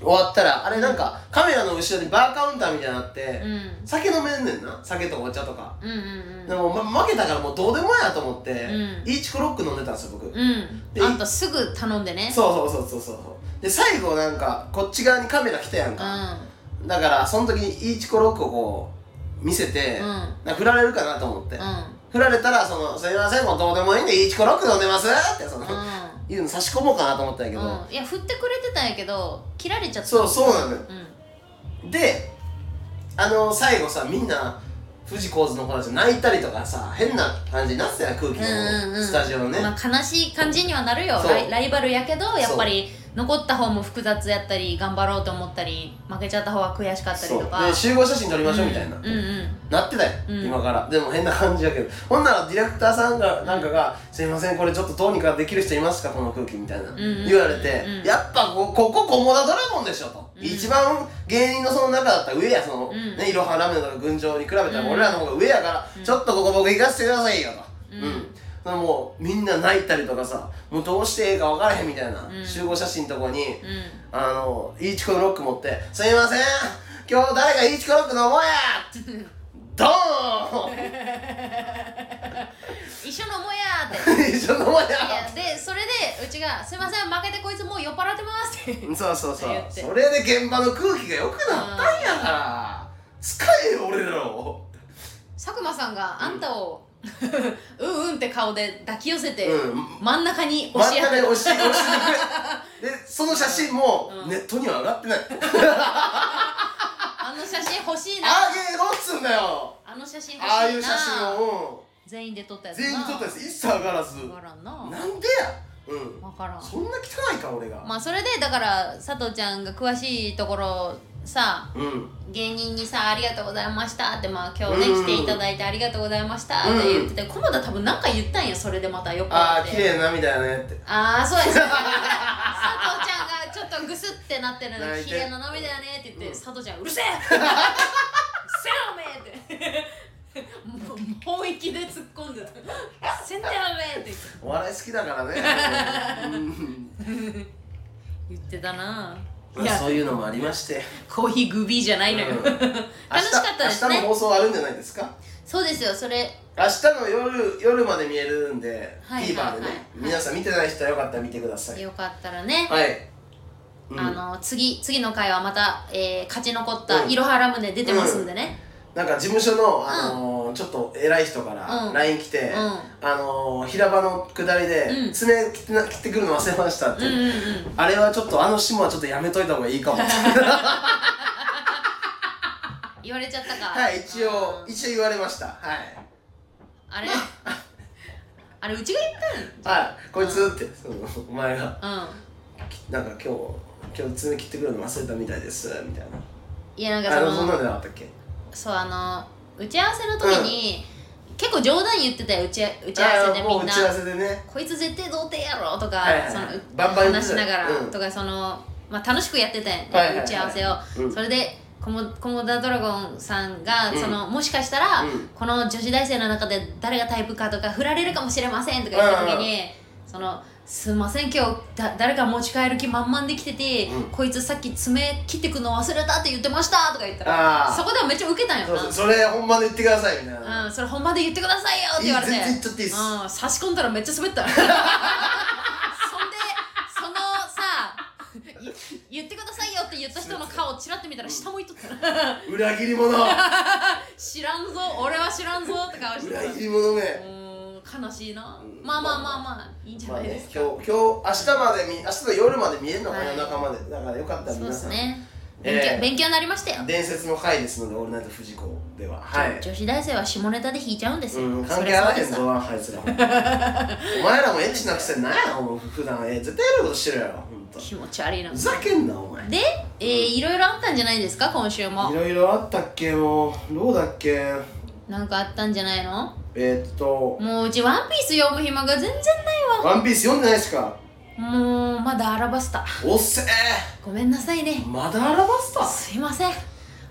Speaker 2: 終わったらあれなんかカメラの後ろにバーカウンターみたいになのあって、
Speaker 1: うん
Speaker 2: 酒飲めんねんな酒とかお茶とか、
Speaker 1: うんうん
Speaker 2: でも、ま、負けたからもうどうでもやと思って、
Speaker 1: ん
Speaker 2: イーチクロック飲んでたんですよ僕、
Speaker 1: うんう
Speaker 2: で
Speaker 1: んあんたすぐ頼んでね
Speaker 2: そうそうそうそうそうそうで最後なんかこっち側にカメラ来たやん
Speaker 1: う
Speaker 2: か、
Speaker 1: ん
Speaker 2: だからその時にイーチクロックをこう見せて、
Speaker 1: うん
Speaker 2: なんか振られるかなと思って、
Speaker 1: うん
Speaker 2: 振られたらその「すいませんもうどうでもいいんでイーチクロック飲んでます」ってその、
Speaker 1: う
Speaker 2: いうの差し込もうかなと思ったんやけど、
Speaker 1: んうんいや振ってくれてたんやけど切られちゃった
Speaker 2: そうそうなのよ
Speaker 1: うん
Speaker 2: であの最後さみんな藤子図の子たち泣いたりとかさ変な感じになってたよ空気
Speaker 1: うんうんう
Speaker 2: の
Speaker 1: ん
Speaker 2: スタジオのね、
Speaker 1: まあ、悲しい感じにはなるよ
Speaker 2: そう
Speaker 1: ライライバルやけどやっぱり残った方も複雑やったり頑張ろうと思ったり負けちゃった方は悔しかったり
Speaker 2: そう
Speaker 1: とか
Speaker 2: で集合写真撮りましょうみたいな、
Speaker 1: うんうんうん
Speaker 2: なってたよ、
Speaker 1: うん
Speaker 2: 今からでも変な感じやけどほんならディレクターさんがなんかが「すいませんこれちょっとどうにかできる人いますかこの空気」みたいな、
Speaker 1: んうん
Speaker 2: 言われて、
Speaker 1: うん
Speaker 2: やっぱこここコモダドラゴンでしょ」と、
Speaker 1: うん
Speaker 2: 一番芸人のその中だったら上やその、
Speaker 1: うん
Speaker 2: ねいろはラーメンとか群青に比べたら
Speaker 1: うん
Speaker 2: 俺らの方が上やから、
Speaker 1: うん
Speaker 2: ちょっとここ僕行かせてくださいよと
Speaker 1: うん
Speaker 2: そのもうみんな泣いたりとかさもうどうしてええか分からへんみたいな、
Speaker 1: うん
Speaker 2: 集合写真のとこに、
Speaker 1: うん
Speaker 2: あのイーチコのロック持って「すいません今日誰がイーチコロック飲もうや!」ってドーン
Speaker 1: 一緒のもやーって
Speaker 2: 一緒に飲もうや
Speaker 1: いやでそれでうちが「すいません負けてこいつもう酔っ払ってます」って
Speaker 2: そうそうそう
Speaker 1: 言って
Speaker 2: それで現場の空気が良くなったんやから使えよ俺らを
Speaker 1: 佐久間さんがあんたをうんうんって顔で抱き寄せて、
Speaker 2: うん
Speaker 1: 真ん中に押
Speaker 2: 真
Speaker 1: し
Speaker 2: ん
Speaker 1: や
Speaker 2: 中
Speaker 1: って
Speaker 2: に押し押してくれでその写真も
Speaker 1: うん
Speaker 2: ネットには上がってない
Speaker 1: あの写真欲しいな
Speaker 2: あげろっつうんだよ
Speaker 1: あの写真欲しいな
Speaker 2: ああいう写真を
Speaker 1: 全員で撮った
Speaker 2: う
Speaker 1: や
Speaker 2: ん
Speaker 1: つな
Speaker 2: 全員撮ったやつ一切上がらず
Speaker 1: わからんな
Speaker 2: なんでやうん
Speaker 1: わからん
Speaker 2: そんな汚いか俺が
Speaker 1: まあそれでだから佐藤ちゃんが詳しいところさ
Speaker 2: うん
Speaker 1: 芸人にさ「ありがとうございました」ってまあ今日ね
Speaker 2: うん
Speaker 1: 来ていただいて「ありがとうございました」って言ってて駒田多分何か言ったんよそれでまたよく
Speaker 2: あ
Speaker 1: あ
Speaker 2: あ
Speaker 1: っ
Speaker 2: 綺
Speaker 1: て
Speaker 2: 麗なみたいねって
Speaker 1: ああそうです佐藤ちゃんがちょっとグスってなってるの
Speaker 2: 泣
Speaker 1: に「
Speaker 2: いて
Speaker 1: 綺麗な涙だね」って言って、
Speaker 2: うん
Speaker 1: 佐藤ちゃん「うるせえ! 」「せえおめえ!」ってもう本域で突っ込んでた「せんてやめ!」って
Speaker 2: お笑い好き だからねうん
Speaker 1: 言ってたな
Speaker 2: まあそういうのもありまして
Speaker 1: コーヒーグビーじゃないのよ、
Speaker 2: うん
Speaker 1: 楽しかったです
Speaker 2: 明日
Speaker 1: ね
Speaker 2: の放送あるんじゃないですか
Speaker 1: そうですよそれ
Speaker 2: 明日の夜夜まで見えるんで、
Speaker 1: はい
Speaker 2: TVer でね、
Speaker 1: はいはい
Speaker 2: 皆さん見てない人はよかったら見てください
Speaker 1: よかったらね
Speaker 2: はいうん
Speaker 1: あの次次の回はまた、えー勝ち残っ
Speaker 2: う
Speaker 1: た
Speaker 2: ん
Speaker 1: いろはラムネ出てますんでね、
Speaker 2: なんか事務所の、あのーちょっと偉い人か
Speaker 1: う
Speaker 2: ら
Speaker 1: ん
Speaker 2: LINE 来て、
Speaker 1: うん
Speaker 2: あのー平場の下り
Speaker 1: う
Speaker 2: で
Speaker 1: ん
Speaker 2: 爪切ってな切ってくるの忘れましたって、
Speaker 1: うんうんうん
Speaker 2: あれはちょっとあの下はちょっとやめといた方がい いかも
Speaker 1: 言われちゃったか
Speaker 2: はい一応
Speaker 1: うん
Speaker 2: 一応言われましたはい
Speaker 1: あ れあれうちが言ったん
Speaker 2: はいこいつってそのお前が
Speaker 1: うん
Speaker 2: なんか今日今日爪切ってくるの忘れたみたいですみたい
Speaker 1: いやなんか
Speaker 2: なあ
Speaker 1: そ
Speaker 2: の
Speaker 1: の
Speaker 2: そんなのなかったっけ
Speaker 1: そうあの打ち合わせの時に、結構冗談言ってたよ打ち打ち合わせで
Speaker 2: あー
Speaker 1: み
Speaker 2: もうん打
Speaker 1: な
Speaker 2: ち合わせでね
Speaker 1: こいつ絶対童貞やろとか、
Speaker 2: はいはいはい
Speaker 1: その
Speaker 2: バンバン言っ
Speaker 1: 話
Speaker 2: て
Speaker 1: したな
Speaker 2: よ
Speaker 1: がら、
Speaker 2: うん
Speaker 1: とかその、まあ、楽しくやってたよね、
Speaker 2: はいはいはい
Speaker 1: 打ち合わせを、
Speaker 2: うん
Speaker 1: それでコモコモダドラゴンさんが、
Speaker 2: うん
Speaker 1: そのもしかしたら、
Speaker 2: うん
Speaker 1: この女子大生の中で誰がタイプかとか振られるかもしれませんとか言った時に、そのすんません今日だ誰か持ち帰る気満々できてて、
Speaker 2: うん
Speaker 1: こいつさっき爪切ってくの忘れたって言ってましたとか言った
Speaker 2: あ
Speaker 1: ら
Speaker 2: ー
Speaker 1: そこではめっちゃウケたんよ
Speaker 2: そ
Speaker 1: な
Speaker 2: うそうそれ本番で言ってくださいみたいな、
Speaker 1: うん、それ本番で言ってくださいよって言われて
Speaker 2: いい全然言っちゃっていいっす
Speaker 1: うん、差し込んだらめっちゃ滑った そんでそのさい言ってくださいよって言った人の顔ちらって見たら下向いとった
Speaker 2: 裏切 り者
Speaker 1: 知らんぞ俺は知らんぞって顔してた
Speaker 2: 裏切り者め、
Speaker 1: うん悲しいな、
Speaker 2: うん
Speaker 1: まあまあまあまあいいんじゃ
Speaker 2: まあ
Speaker 1: ないで
Speaker 2: ね、
Speaker 1: すか、
Speaker 2: 今日今日明日まで見明日の夜まで見えるのかな、
Speaker 1: はい
Speaker 2: 中までだからよかったら
Speaker 1: そうで
Speaker 2: 皆
Speaker 1: す
Speaker 2: さん、
Speaker 1: ね勉強,、
Speaker 2: えー
Speaker 1: 勉強になりましたよ、
Speaker 2: 伝説の回ですので「オールナイトフジコ」でははい、
Speaker 1: 女子大生は下ネタで引いちゃうんですよ、
Speaker 2: うん、
Speaker 1: そ
Speaker 2: 関
Speaker 1: れ
Speaker 2: 係あ
Speaker 1: は
Speaker 2: らへんぞあいつらお前らもエッチなくせなんやお前普段え絶対やることしてるやろほんと
Speaker 1: 気持ち悪いな
Speaker 2: ふざけんなお前い
Speaker 1: で、えー、いろいろあったんじゃないですか今週も
Speaker 2: ろいろあったっけもうどうだっけ
Speaker 1: なんかあったんじゃないの
Speaker 2: えー、っと
Speaker 1: もううちワンピース読む暇が全然
Speaker 2: 「ワンピース読んでないっすか
Speaker 1: ないもうまだアラバスタ
Speaker 2: おっせえ
Speaker 1: ごめんなさいね
Speaker 2: まだ表すた
Speaker 1: すいません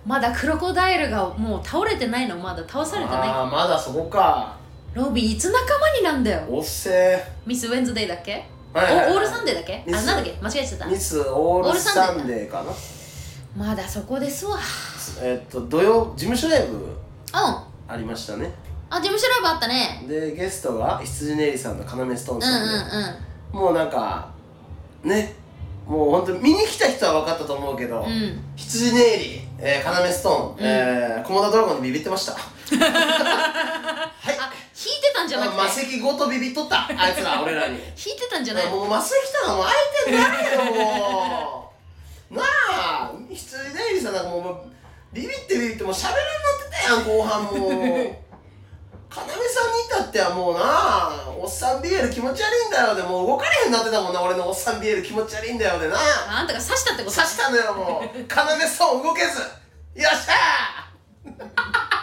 Speaker 1: まだクロコダイルがもう倒れてないのまだ倒されてない
Speaker 2: あーまだそこか
Speaker 1: ロビーいつ仲間になんだよ
Speaker 2: おっせえ
Speaker 1: ミス・ウェンズデイだっけおオ
Speaker 2: はいはいはい
Speaker 1: ールサンデーだっけあ
Speaker 2: ミス
Speaker 1: なんだっけ間違えちゃった
Speaker 2: ミスオールサンデーかな
Speaker 1: まだそこですわうん
Speaker 2: えっと土曜事務所ライブ
Speaker 1: あ
Speaker 2: ありましたね
Speaker 1: 事務所ライブあったね
Speaker 2: でゲストが羊ねりさんの要ストー
Speaker 1: う
Speaker 2: ン
Speaker 1: んうん
Speaker 2: さんで、もうなんかねもうほんと見に来た人は分かったと思うけど、
Speaker 1: うんうん
Speaker 2: 羊ねり、えー、要ストーン、
Speaker 1: うん
Speaker 2: えー、コモダドラゴンにビビって ましたはい
Speaker 1: あ引いてたんじゃなく
Speaker 2: 魔
Speaker 1: て
Speaker 2: 石ごとビビっとったあいつら俺らに
Speaker 1: 引いてたんじゃないの
Speaker 2: もうマス来たのもう相手になれよもうなあ羊ねりさんなんかもうビビってビビってもう喋らんなってたやん後半もう要さんに至ってはもうなあおっさんビエル気持ち悪いんだよでもう動かれへんなってたもんな俺のおっさんビエル気持ち悪いんだよでな
Speaker 1: ああんたが刺したってこ
Speaker 2: 刺
Speaker 1: と
Speaker 2: したのよもう要さん動けずよっしゃ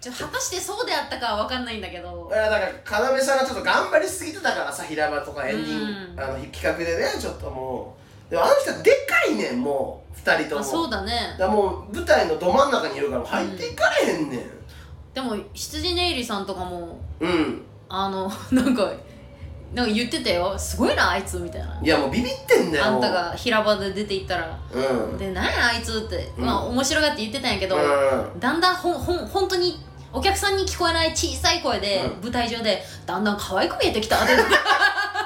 Speaker 1: ちょ果たしてそうであったかは分かんないんだけど
Speaker 2: いやだから要さんがちょっと頑張りすぎてたからさ平場とかエンディング、
Speaker 1: うん
Speaker 2: あの企画でねちょっともうでもあの人でっかいねんもう2人とも
Speaker 1: あそうだね
Speaker 2: だからもう舞台のど真ん中にいるから入っていかれへんねん
Speaker 1: でも羊ネイリさんとかも
Speaker 2: うん、
Speaker 1: あの なんかなんか言ってたよすごいなあいつみたいない
Speaker 2: やもうビビってんだよ
Speaker 1: あんたが平場で出て行ったら
Speaker 2: うんうん
Speaker 1: で何やあいつって、
Speaker 2: うん
Speaker 1: まあ面白がって言ってたんやけど、だんだんほんほん本当にお客さんに聞こえない小さい声で、
Speaker 2: うん
Speaker 1: 舞台上でだんだん可愛く見えて きた って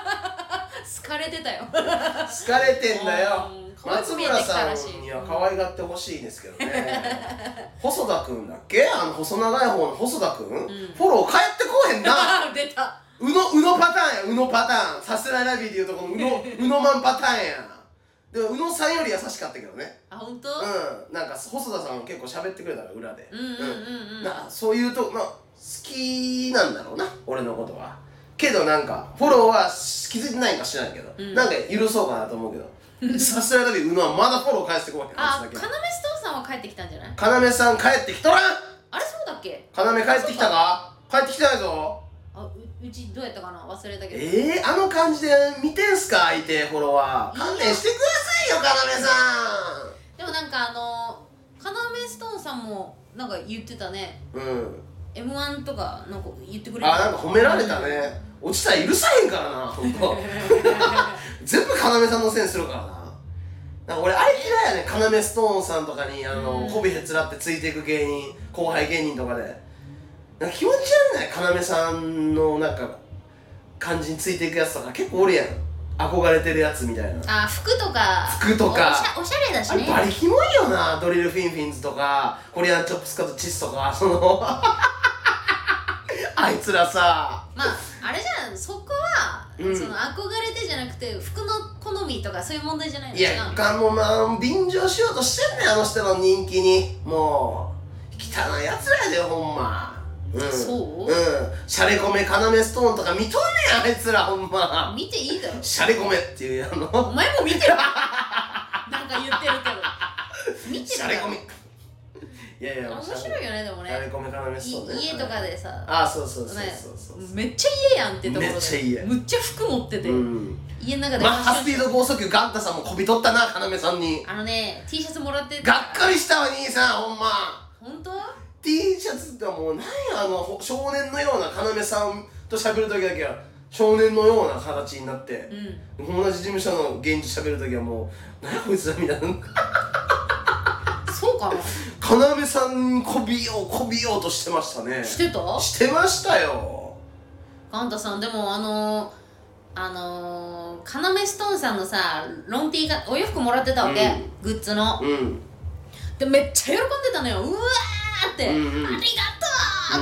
Speaker 1: 疲れてたよ
Speaker 2: 疲れてんだよ
Speaker 1: うん可愛
Speaker 2: 松
Speaker 1: く見え
Speaker 2: 村
Speaker 1: てきた
Speaker 2: さ
Speaker 1: らしい
Speaker 2: んには可愛がってほしいですけど ね細田君だっけあの細長い方の細田君、ん、フォロー帰ってこへんな
Speaker 1: あ出た
Speaker 2: うの、うのパターンや、うのパターン。さすらいラビーでいうとこのう の、うのマンパターンや。でも、うのさんより優しかったけどね。
Speaker 1: あ本当、
Speaker 2: うん。なんか、細田さんも結構喋ってくれたから、裏で。
Speaker 1: うん、うんうんうん
Speaker 2: なそういうと、まあ、好きなんだろうな、俺のことは。けどなんか、フォローはし気づいてないんか知らんけど、
Speaker 1: うん
Speaker 2: なんか許そうかなと思う けど。さすらいラビー、うのはまだフォロー返してこへん。
Speaker 1: あ
Speaker 2: あい
Speaker 1: 要ス
Speaker 2: つ
Speaker 1: ト
Speaker 2: だ
Speaker 1: ーンさんは帰ってきたんじゃない
Speaker 2: けかなめさん帰ってきとらん
Speaker 1: あれそうだっけ
Speaker 2: かなめ帰ってきたか帰ってきてないぞ。
Speaker 1: あううちどうやったかな忘れたけど
Speaker 2: えー、あの感じで見てんすか相手フォロワー勘弁してくださいよ要さ
Speaker 1: でもなんかあのカナメストーンさんもなんか言ってたね
Speaker 2: んうん
Speaker 1: m 1とかなんか言ってくれ
Speaker 2: あなんか褒められたね落ちたら許さへんからな本 当全部要さんのせいにするからななんか俺あれ嫌いやね要ストーンさんとかにあの、
Speaker 1: うん
Speaker 2: こびへつらってついていく芸人後輩芸人とかでなんか気持ち悪いね要さんのなんか感じについていくやつとか結構おるやん憧れてるやつみたいな
Speaker 1: あ服とか
Speaker 2: 服とか
Speaker 1: おしゃおしゃれだ
Speaker 2: あ
Speaker 1: し
Speaker 2: れ
Speaker 1: ね
Speaker 2: バリキモいよなドリルフィンフィンズとかコリアンチョップスカートチスとかその あいつらさ
Speaker 1: まああれじゃんそこは、
Speaker 2: うん
Speaker 1: その憧れてじゃなくて服の好みとかそういう問題じゃないの
Speaker 2: いや
Speaker 1: 違う
Speaker 2: かもな便乗しようとしてんねんあの人の人気にもう汚いやつらやでほんまうん
Speaker 1: そう
Speaker 2: うんシャレコメ要ストーンとか見とんねんあいつらほんま
Speaker 1: 見ていいだろ
Speaker 2: シャレコメっていうあ
Speaker 1: お
Speaker 2: の
Speaker 1: 前も見てるなんか言ってるけど見て
Speaker 2: シ
Speaker 1: る
Speaker 2: ャ
Speaker 1: だ
Speaker 2: レ
Speaker 1: ろ
Speaker 2: コメいやいや
Speaker 1: 面
Speaker 2: シ
Speaker 1: 白いよねでも
Speaker 2: ャレ
Speaker 1: ね
Speaker 2: コメ要ストーンね
Speaker 1: い家とかでさ
Speaker 2: ああそうそうそうそうそう
Speaker 1: ねめっちゃ家やんってところで
Speaker 2: めっちゃ家
Speaker 1: むっちゃ服持ってて、
Speaker 2: うん
Speaker 1: 家の中で
Speaker 2: マッハスピード高速ガンタさんもこびとったな要さんに
Speaker 1: あのね T シャツもらって
Speaker 2: がっかりしたわ兄さんほんま
Speaker 1: 本当
Speaker 2: T シャツがもうなんやあのほ少年のような要さんと喋る時だけは少年のような形になって
Speaker 1: う、ん
Speaker 2: 同じ事務所の現地喋る時はもう何やこいつらみたいな
Speaker 1: そうかな
Speaker 2: 要さんにこびようこびようとしてましたね
Speaker 1: してた
Speaker 2: してましたよ
Speaker 1: ガンタさんでもあのー、あのー、カナメストーンさんのさロンティーがお洋服もらってたわけ、
Speaker 2: うん
Speaker 1: グッズの
Speaker 2: うん
Speaker 1: でめっちゃ喜んでたのようわーって、
Speaker 2: うんうん
Speaker 1: ありがと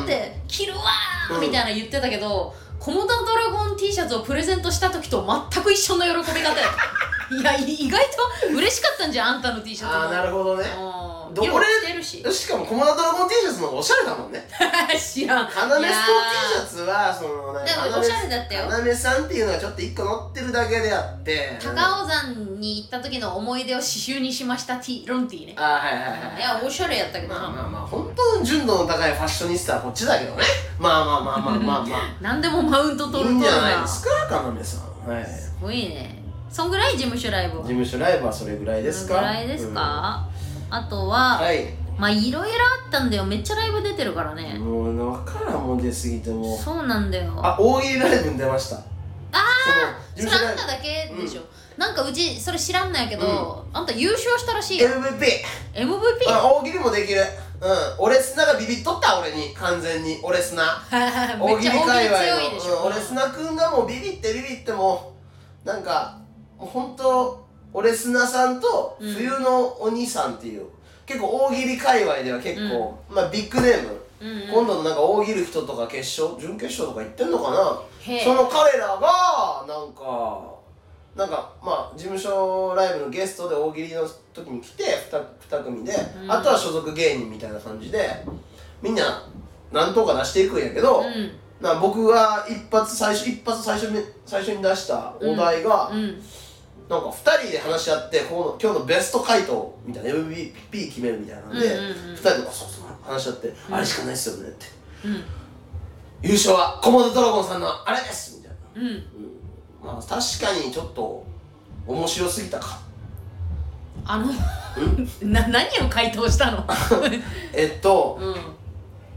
Speaker 1: うって、着るわー、
Speaker 2: うん
Speaker 1: みたいな言ってたけどコモダドラゴン T シャツをプレゼントした時と全く一緒の喜び方や いやい意外と嬉しかったんじゃんあんたの T シャツも
Speaker 2: ああなるほどね
Speaker 1: うん
Speaker 2: どこ
Speaker 1: よく
Speaker 2: で
Speaker 1: 着てるし
Speaker 2: しかもコモダドラゴン T シャツの方がおしゃれだもんね
Speaker 1: 知らん
Speaker 2: カナメスト
Speaker 1: いや
Speaker 2: T シャツはそのなん
Speaker 1: でもおしゃれだったよ
Speaker 2: カナメさんっていうのがちょっと一個乗ってるだけであって
Speaker 1: ー
Speaker 2: 尾
Speaker 1: 高尾山に行った時の思い出を刺繍にしました T ロンティーね
Speaker 2: あはいはいはい
Speaker 1: いやおしゃれやったけど
Speaker 2: まあ
Speaker 1: な
Speaker 2: まあまあ本当に純度の高いファッショニスタはこっちだけどねまあまあまあまあまあま
Speaker 1: 何でもマウン ト
Speaker 2: あ
Speaker 1: 取
Speaker 2: い
Speaker 1: る
Speaker 2: いん
Speaker 1: と
Speaker 2: じ
Speaker 1: る
Speaker 2: ゃない
Speaker 1: な
Speaker 2: です
Speaker 1: す
Speaker 2: かカナメさんはい事
Speaker 1: ごいねそんぐらい事務所ライブは
Speaker 2: 務所ライブはそれぐらいですか
Speaker 1: そんぐらいですか、あとは、
Speaker 2: うんはい
Speaker 1: まあいろいろあったんだよめっちゃライブ出てるからね、
Speaker 2: もう分からんもん出過ぎてもう
Speaker 1: そうなんだよ
Speaker 2: あ大喜利ライブに出ましたああ
Speaker 1: それあんただけでしょ、なんかうちそれ知らんのやけど、あんた優勝したらしいよ
Speaker 2: MVP
Speaker 1: MVP
Speaker 2: あ大喜利もできるうん俺砂がビビっとった俺に完全に俺砂
Speaker 1: め
Speaker 2: 大
Speaker 1: っ
Speaker 2: 喜
Speaker 1: ちゃ
Speaker 2: 利界隈
Speaker 1: 強いでし
Speaker 2: の、
Speaker 1: ょ、
Speaker 2: うん、俺砂くんがもうビビってビビってもうなんかもう本当俺砂さんと
Speaker 1: うん
Speaker 2: 冬のお兄さんっていう、結構大喜利界隈では結構、まあビッグネーム、
Speaker 1: うんうん
Speaker 2: 今度のなんか大喜利人とか決勝準決勝とか行ってんのかな
Speaker 1: へえ
Speaker 2: その彼らがなんかなんかまあ事務所ライブのゲストで大喜利の時に来て 2, 組で、
Speaker 1: うん
Speaker 2: あとは所属芸人みたいな感じでみんな何とか出していくんやけど、
Speaker 1: うん
Speaker 2: な僕が一発最初一発最初に最初に出したお題が、
Speaker 1: うん
Speaker 2: なんか2人で話し合ってこの今日のベスト回答みたいな MVP 決めるみたいなんで、二
Speaker 1: うんうんうん
Speaker 2: 2人でこそこそ話し合って、あれしかないっすよねって
Speaker 1: うん
Speaker 2: 優勝はコモドドラゴンさんのあれですみたいな。
Speaker 1: うん
Speaker 2: まあ確かにちょっと面白すぎたか
Speaker 1: あの な何を回答した の
Speaker 2: えっと、
Speaker 1: う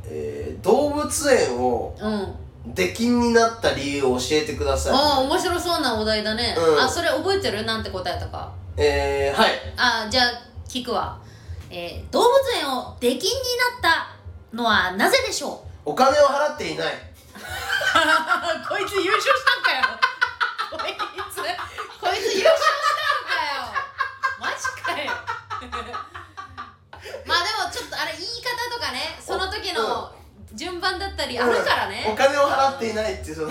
Speaker 2: えー動物園を
Speaker 1: んうん
Speaker 2: 出禁になった理由を教えてくださ
Speaker 1: ああ面白そうなお題だね、
Speaker 2: うん
Speaker 1: あそれ覚えてるなんて答えたか
Speaker 2: いえー、はい
Speaker 1: あじゃあ聞くわ、えー動物園を出禁になったのはなぜでしょう
Speaker 2: お金を払っていない
Speaker 1: こいつ優勝したんかよ こいつこいつ優勝したんかよマジかよ まあでもちょっとあれ言い方とかねその時の順番だったりあるからね、
Speaker 2: お金を払っていないってその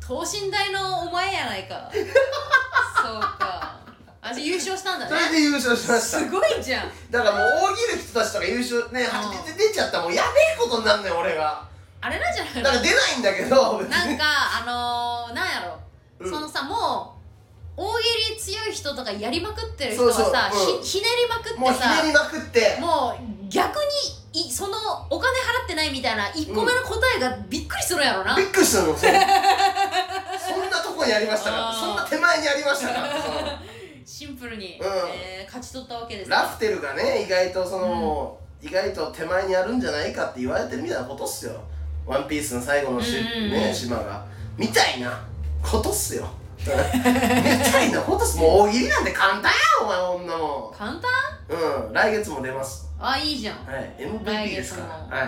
Speaker 1: 等身大のお前やない かそうかあじゃあ優勝したんだ
Speaker 2: それ
Speaker 1: ね
Speaker 2: で優勝しました
Speaker 1: すごいじゃん
Speaker 2: だからもう大喜利の人たちとか優勝ねは
Speaker 1: うん
Speaker 2: 出出ちゃったらもうやべえことになんねん俺が
Speaker 1: あれなんじゃ
Speaker 2: だ
Speaker 1: な
Speaker 2: か
Speaker 1: い
Speaker 2: ら出ないんだけど別
Speaker 1: のなん
Speaker 2: に
Speaker 1: かあのー、なんやろ、
Speaker 2: うん
Speaker 1: そのさもう大喜利強い人とかやりまくってる人は
Speaker 2: そうそう
Speaker 1: さ
Speaker 2: うん
Speaker 1: ひひねりまく
Speaker 2: もう
Speaker 1: っ
Speaker 2: ひ
Speaker 1: てさ
Speaker 2: ねりまくって
Speaker 1: もう逆にいそのお金払ってないみたいな1個目の答えがびっくりするやろな、
Speaker 2: びっくりしたのそれそんなとこにありましたか
Speaker 1: あー
Speaker 2: そんな手前にありましたかその
Speaker 1: シンプルに、
Speaker 2: うん
Speaker 1: えー勝ち取ったわけですね
Speaker 2: ラフテルがね意外とその、意外と手前にあるんじゃないかって言われてるみたいなことっすよ「ワンピースの最後のし、
Speaker 1: うんうんうん
Speaker 2: ね、島がみたいなことっすよ みたいなことっすもう大喜利なんて簡単やお前こんなも
Speaker 1: 簡単
Speaker 2: んうん来月も出ます
Speaker 1: あいいじゃん
Speaker 2: はい MVP ですから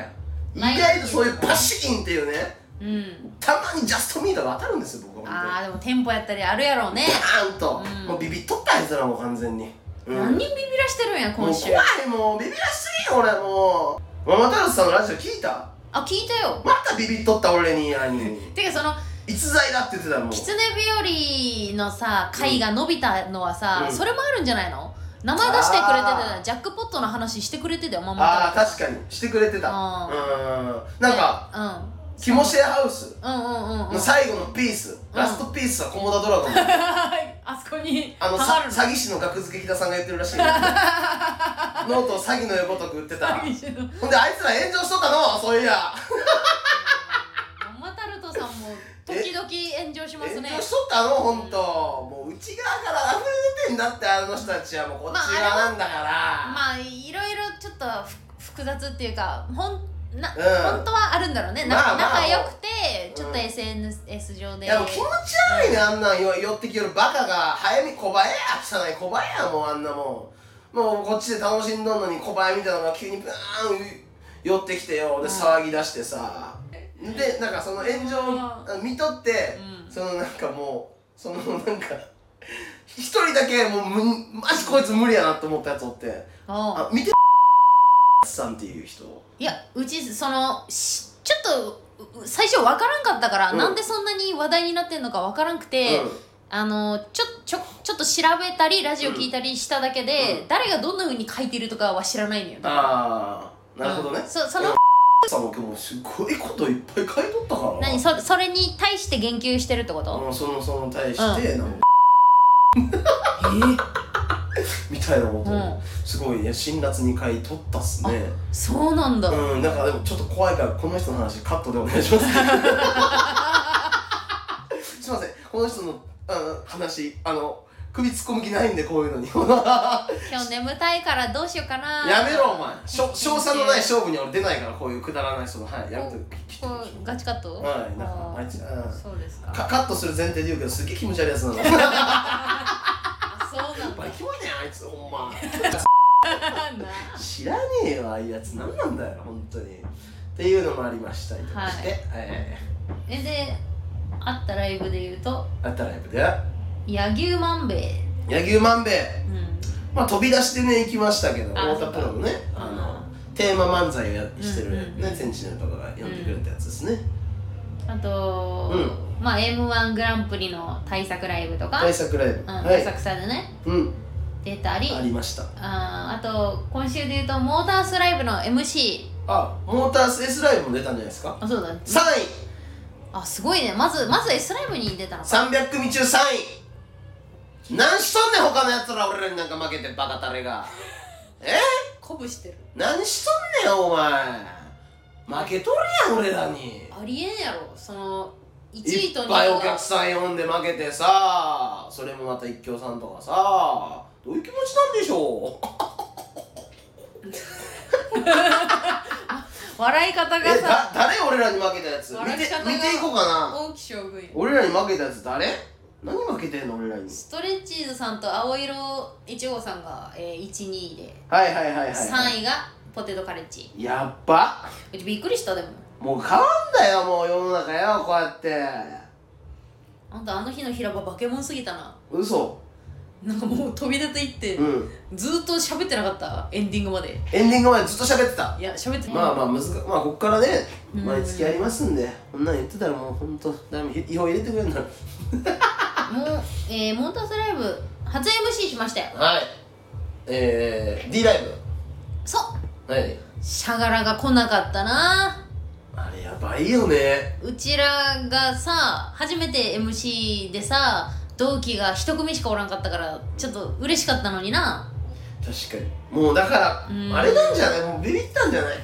Speaker 1: 来月も
Speaker 2: はい意
Speaker 1: 来月も
Speaker 2: 外とそういうバシーンっていうね
Speaker 1: うん
Speaker 2: たまにジャストミートが当たるんですよ僕は
Speaker 1: あ
Speaker 2: 本
Speaker 1: ーでも店舗やったりあるやろうね
Speaker 2: 当にバーンと、
Speaker 1: うん
Speaker 2: もうビビっとったあいつらもう完全に、うん
Speaker 1: 何人ビビらしてるんや
Speaker 2: もう
Speaker 1: 今週
Speaker 2: 怖いもうビビらしすぎよ俺もうママタルトさんのラジオ聞いた
Speaker 1: あ聞いたよ
Speaker 2: またビビっとった俺に何
Speaker 1: てかその
Speaker 2: 逸材だって言ってたもん
Speaker 1: 狐日和のさ回が伸びたのはさ、
Speaker 2: うん
Speaker 1: それもあるんじゃないの名前出してくれてた
Speaker 2: あ
Speaker 1: らジャックポットの話してくれてたよママ
Speaker 2: ああ確かにしてくれてた
Speaker 1: あ
Speaker 2: うんなんか
Speaker 1: か
Speaker 2: キモシェハウス
Speaker 1: うんうんうんうんう
Speaker 2: の
Speaker 1: ん
Speaker 2: 最後のピース、
Speaker 1: うん
Speaker 2: ラストピースはコモダドラゴン
Speaker 1: あそこに
Speaker 2: あの
Speaker 1: か
Speaker 2: さ
Speaker 1: かる
Speaker 2: 詐欺師の額付け木田さんが言ってるらしいノートを詐欺の横とく売ってた
Speaker 1: 詐欺師の
Speaker 2: ほんであいつら炎上しとったのそういや
Speaker 1: ママタルトさんも時々炎上します
Speaker 2: 炎
Speaker 1: ね
Speaker 2: 上しとったのほんともう内側から溢れ出てんだってあの人たちはもうこっち側なんだから、
Speaker 1: まあいろいろちょっとふ複雑っていうかほんな、
Speaker 2: うん
Speaker 1: 本当はあるんだろうね、な
Speaker 2: まあまあ
Speaker 1: 仲良くてちょっと
Speaker 2: うん
Speaker 1: SNS 上で
Speaker 2: いやもう気持ち悪いね、あんなんよ寄ってきよるバカが早めに小林や汚い小林やもうあんなもんもうこっちで楽しんどんのに小林みたいなのが急にブーン寄ってきてよで
Speaker 1: うん
Speaker 2: 騒ぎ出してさ、でなんかその炎
Speaker 1: うん
Speaker 2: 上を見とって、
Speaker 1: うん
Speaker 2: そのなんかもうそのなんか一人だけもうむマジこいつ無理やなと思ったやつおって
Speaker 1: おう
Speaker 2: あ見てさんっていう人
Speaker 1: いやうちそのしちょっとう最初分からんかったから、
Speaker 2: うん
Speaker 1: なんでそんなに話題になってんのか分からんくて、
Speaker 2: うん
Speaker 1: あのちょちょちょっと調べたりラジオ聞いたりしただけで、
Speaker 2: うん
Speaker 1: 誰がどんな風に書いてるとかは知らないのよ
Speaker 2: ああなるほどね、
Speaker 1: うんそその
Speaker 2: さんも今日すごいこといっぱい書いとったから
Speaker 1: 何そそれに対して言及してるってこと、
Speaker 2: うんそのその対して、なんか みたいなこと
Speaker 1: う
Speaker 2: を
Speaker 1: ん
Speaker 2: すごいね辛辣に書いとったっすね
Speaker 1: そうなんだ、
Speaker 2: うんなんかでもちょっと怖いからこの人の話カットでお願いします すいませんこの人のあの話あの首突っ込む気ないんでこ ういうのにや
Speaker 1: 今日眠たいからどうしようかな
Speaker 2: めろお前しょ勝算のない勝負に俺出ないからこういうくだらないそのはいやめてき
Speaker 1: こうガチカット
Speaker 2: はいなんかあいつ
Speaker 1: あー
Speaker 2: うん
Speaker 1: そうですか
Speaker 2: カカットする前提で言うけどすっげえ気持ち悪いやつなのやっ
Speaker 1: あそうなん
Speaker 2: ぱキモいねあいつほんま
Speaker 1: だな
Speaker 2: 知らねえよああいうやつ何なんだよ本当にっていうのもありましたりとかして、え
Speaker 1: えであったライブで言うと
Speaker 2: ーあったライブで「
Speaker 1: 野牛万兵衛
Speaker 2: 柳生万兵衛
Speaker 1: うん」
Speaker 2: まあ飛び出してね行きましたけど
Speaker 1: あ
Speaker 2: 太田プロのね
Speaker 1: そうか
Speaker 2: あのテーマ漫才をやしてる、ね
Speaker 1: うんうんうん
Speaker 2: センチネルとかが呼んでくれたやつですね、
Speaker 1: あと、まあ m 1グランプリの対策ライブとか、
Speaker 2: 対策ライブ、
Speaker 1: うん
Speaker 2: は
Speaker 1: 浅
Speaker 2: い、
Speaker 1: 草でね
Speaker 2: うん、
Speaker 1: 出たり
Speaker 2: ありました
Speaker 1: あーあと今週で言うとモータースライブの MC
Speaker 2: あモータース S ライブも出たんじゃないですか
Speaker 1: あそうだ
Speaker 2: 3位
Speaker 1: あすごいねまずまず S ライブに出たのか
Speaker 2: 300組中3位何しとんねん他のやつら俺らになんか負けてバカタレがえ
Speaker 1: 鼓舞してる
Speaker 2: 何しとんねんお前負けとるやん俺らに
Speaker 1: ありえんやろその1
Speaker 2: い
Speaker 1: 位
Speaker 2: っ
Speaker 1: と2位
Speaker 2: ぱいお客さん呼んで負けてさそれもまた一興さんとかさどういう気持ちなんでしょう
Speaker 1: 笑い方が
Speaker 2: えだ
Speaker 1: さ
Speaker 2: 誰俺らに負けたやつ見
Speaker 1: 笑い
Speaker 2: て
Speaker 1: 方が
Speaker 2: 見ていこうかな
Speaker 1: 大木将軍や
Speaker 2: 俺らに負けたやつ誰何負けてんの俺らに
Speaker 1: ストレッチーズさんと青色1号さんが、えー、1 2位で、
Speaker 2: はいはいはいはい、
Speaker 1: 3位がポテトカレッジ
Speaker 2: 位やっば
Speaker 1: うちびっくりしたでも
Speaker 2: もう変わんだよもう世の中よこうやって
Speaker 1: あんたあの日の平場バケモンすぎたな
Speaker 2: 嘘
Speaker 1: なんかもう飛び出ていって、
Speaker 2: うん
Speaker 1: ずーっと喋ってなかったエンディングまで
Speaker 2: エンディング前ずっと喋ってた
Speaker 1: いや喋って
Speaker 2: まあまあ難かまあこっからね
Speaker 1: うん
Speaker 2: 毎月やりますんでこんなん言ってたらもうほんとダメ違法入れてくれんなら
Speaker 1: あもう、えー、モータースライブ初 MC しましたよ
Speaker 2: はいえー、D ライ
Speaker 1: そう
Speaker 2: ブはい
Speaker 1: シャガラが来なかったな
Speaker 2: あれやばいよね
Speaker 1: うちらがさ初めて MC でさ同期が一組しかおらんかったからちょっと嬉しかったのにな
Speaker 2: 確かにもうだから
Speaker 1: うん
Speaker 2: あれなんじゃないもうビビったんじゃない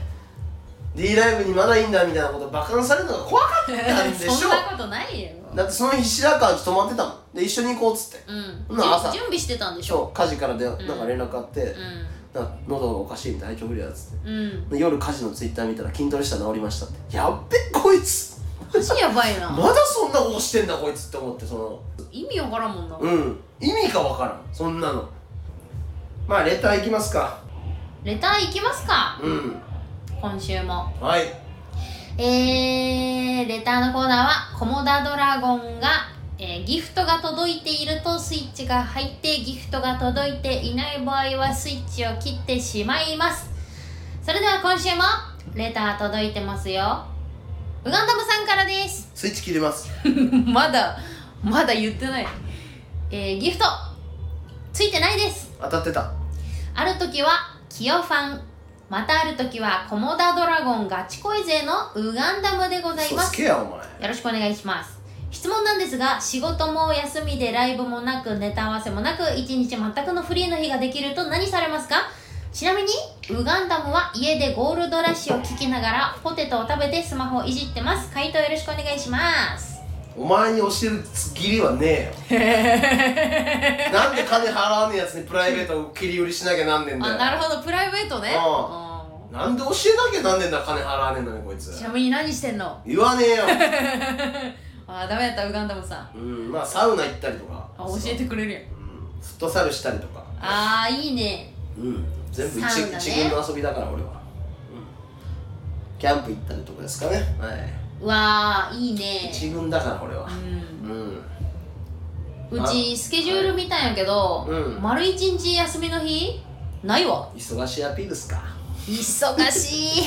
Speaker 2: D ライブにまだいいんだみたいなことバカにされるのが怖かったんで し
Speaker 1: そ
Speaker 2: ょ
Speaker 1: んなことないよ
Speaker 2: だってその日白川ち泊まってたもんで一緒に行こうっつって
Speaker 1: うん
Speaker 2: ほな朝
Speaker 1: 準備してたんでしょ
Speaker 2: そう火事からでなんか連絡あって、
Speaker 1: う
Speaker 2: なんか喉がおかしいみたいな体調不良やっつって
Speaker 1: んうん
Speaker 2: で夜火事のツイッター見たら筋トレしたら治りましたってやっべこいつ
Speaker 1: マジやばいな
Speaker 2: まだそんなことしてんだこいつって思ってその
Speaker 1: 意味わからんもんな
Speaker 2: うん意味がわからんそんなのまあレターいきますか
Speaker 1: レターいきますか
Speaker 2: うん
Speaker 1: 今週も
Speaker 2: はい
Speaker 1: えー、レターのコーナーは、コモダドラゴンが、えーギフトが届いているとスイッチが入って、ギフトが届いていない場合はスイッチを切ってしまいます。それでは今週も、レター届いてますよ。ウガンダムさんからです。
Speaker 2: スイッチ切れます
Speaker 1: まだまだ言ってないえー、ギフトついてないです
Speaker 2: 当たってた
Speaker 1: ある時はキヨファンまたある時はコモダドラゴンガチ恋勢のウガンダムでござい
Speaker 2: 嘘
Speaker 1: ま
Speaker 2: つ
Speaker 1: す
Speaker 2: けやお前
Speaker 1: よろしくお願いします質問なんですが仕事も休みでライブもなくネタ合わせもなく一日全くのフリーの日ができると何されますかちなみにウガンダムは家でゴールドラッシュを聞きながらポテトを食べてスマホをいじってます回答よろしくお願いします
Speaker 2: お前に教える義理はね えよなんで金払わねえやつにプライベートを切り売りしなきゃなんねえんだ
Speaker 1: あ
Speaker 2: よ
Speaker 1: なるほどプライベートね
Speaker 2: あ
Speaker 1: うん
Speaker 2: なんで教えなきゃなんねえんだ金払わねえのにこいつ
Speaker 1: ちなみに何してんの
Speaker 2: 言わ ねえよ
Speaker 1: あダメだったウガンダムさんあ
Speaker 2: うんまあサウナ行ったりとか
Speaker 1: 教えてくれるやん
Speaker 2: うんフットサルしたりとか
Speaker 1: あーいいね
Speaker 2: うん全部一,、
Speaker 1: サウナね
Speaker 2: 一軍の遊びだから俺は、うん、キャンプ行ったりとかですかねはい
Speaker 1: わあいいね
Speaker 2: 一軍だから俺は
Speaker 1: うん
Speaker 2: うん
Speaker 1: うちスケジュール見たんやけど、
Speaker 2: うん
Speaker 1: 丸一日休みの日ないわ
Speaker 2: 忙しいアピールっすか
Speaker 1: 忙 しい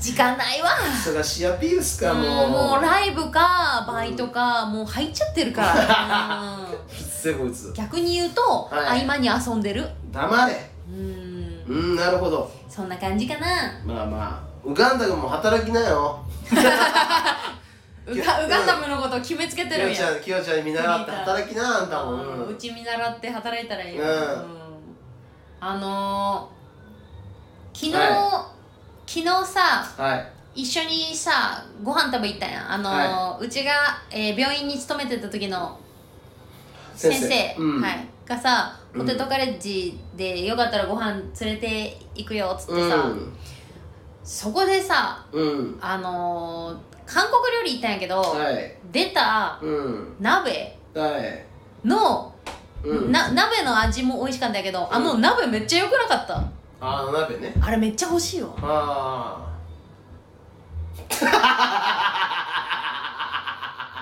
Speaker 1: 時間ないわ
Speaker 2: 忙しいアピールっすかも
Speaker 1: も
Speaker 2: う
Speaker 1: うもうライブかバイトか、もう入っちゃってるから、うん
Speaker 2: きついこい つ
Speaker 1: 逆に言うと、
Speaker 2: はい
Speaker 1: 合間に遊んでる
Speaker 2: 黙れ
Speaker 1: うん
Speaker 2: うんなるほど
Speaker 1: そんな感じかな
Speaker 2: まあまあウガンダ君も働きなよ
Speaker 1: ウガウガンダムのことを決めつけて
Speaker 2: キ
Speaker 1: る
Speaker 2: ヨ
Speaker 1: ん
Speaker 2: ち
Speaker 1: や
Speaker 2: ゃんキヨちゃんに見習って働きなあんたも
Speaker 1: うん
Speaker 2: う
Speaker 1: うんち見習って働いたらいいよ、
Speaker 2: うん
Speaker 1: うんあのー、昨日、
Speaker 2: は
Speaker 1: 昨日さ
Speaker 2: はい
Speaker 1: 一緒にさご飯食べ行ったやんあのーうちが、えー病院に勤めてた時の先生
Speaker 2: うん
Speaker 1: はい、がさ
Speaker 2: うん
Speaker 1: ポテトカレッジでよかったらご飯連れて行くよっつって
Speaker 2: う
Speaker 1: さ、
Speaker 2: ん
Speaker 1: そこでさ
Speaker 2: うん
Speaker 1: あのー、韓国料理行ったんやけど、
Speaker 2: はい
Speaker 1: 出た
Speaker 2: うん
Speaker 1: 鍋
Speaker 2: はい
Speaker 1: の
Speaker 2: うん
Speaker 1: な鍋の味も美味しかったんやけど、あの鍋めっちゃ良くなかった
Speaker 2: あの鍋ね
Speaker 1: あれめっちゃ欲しいよ
Speaker 2: あ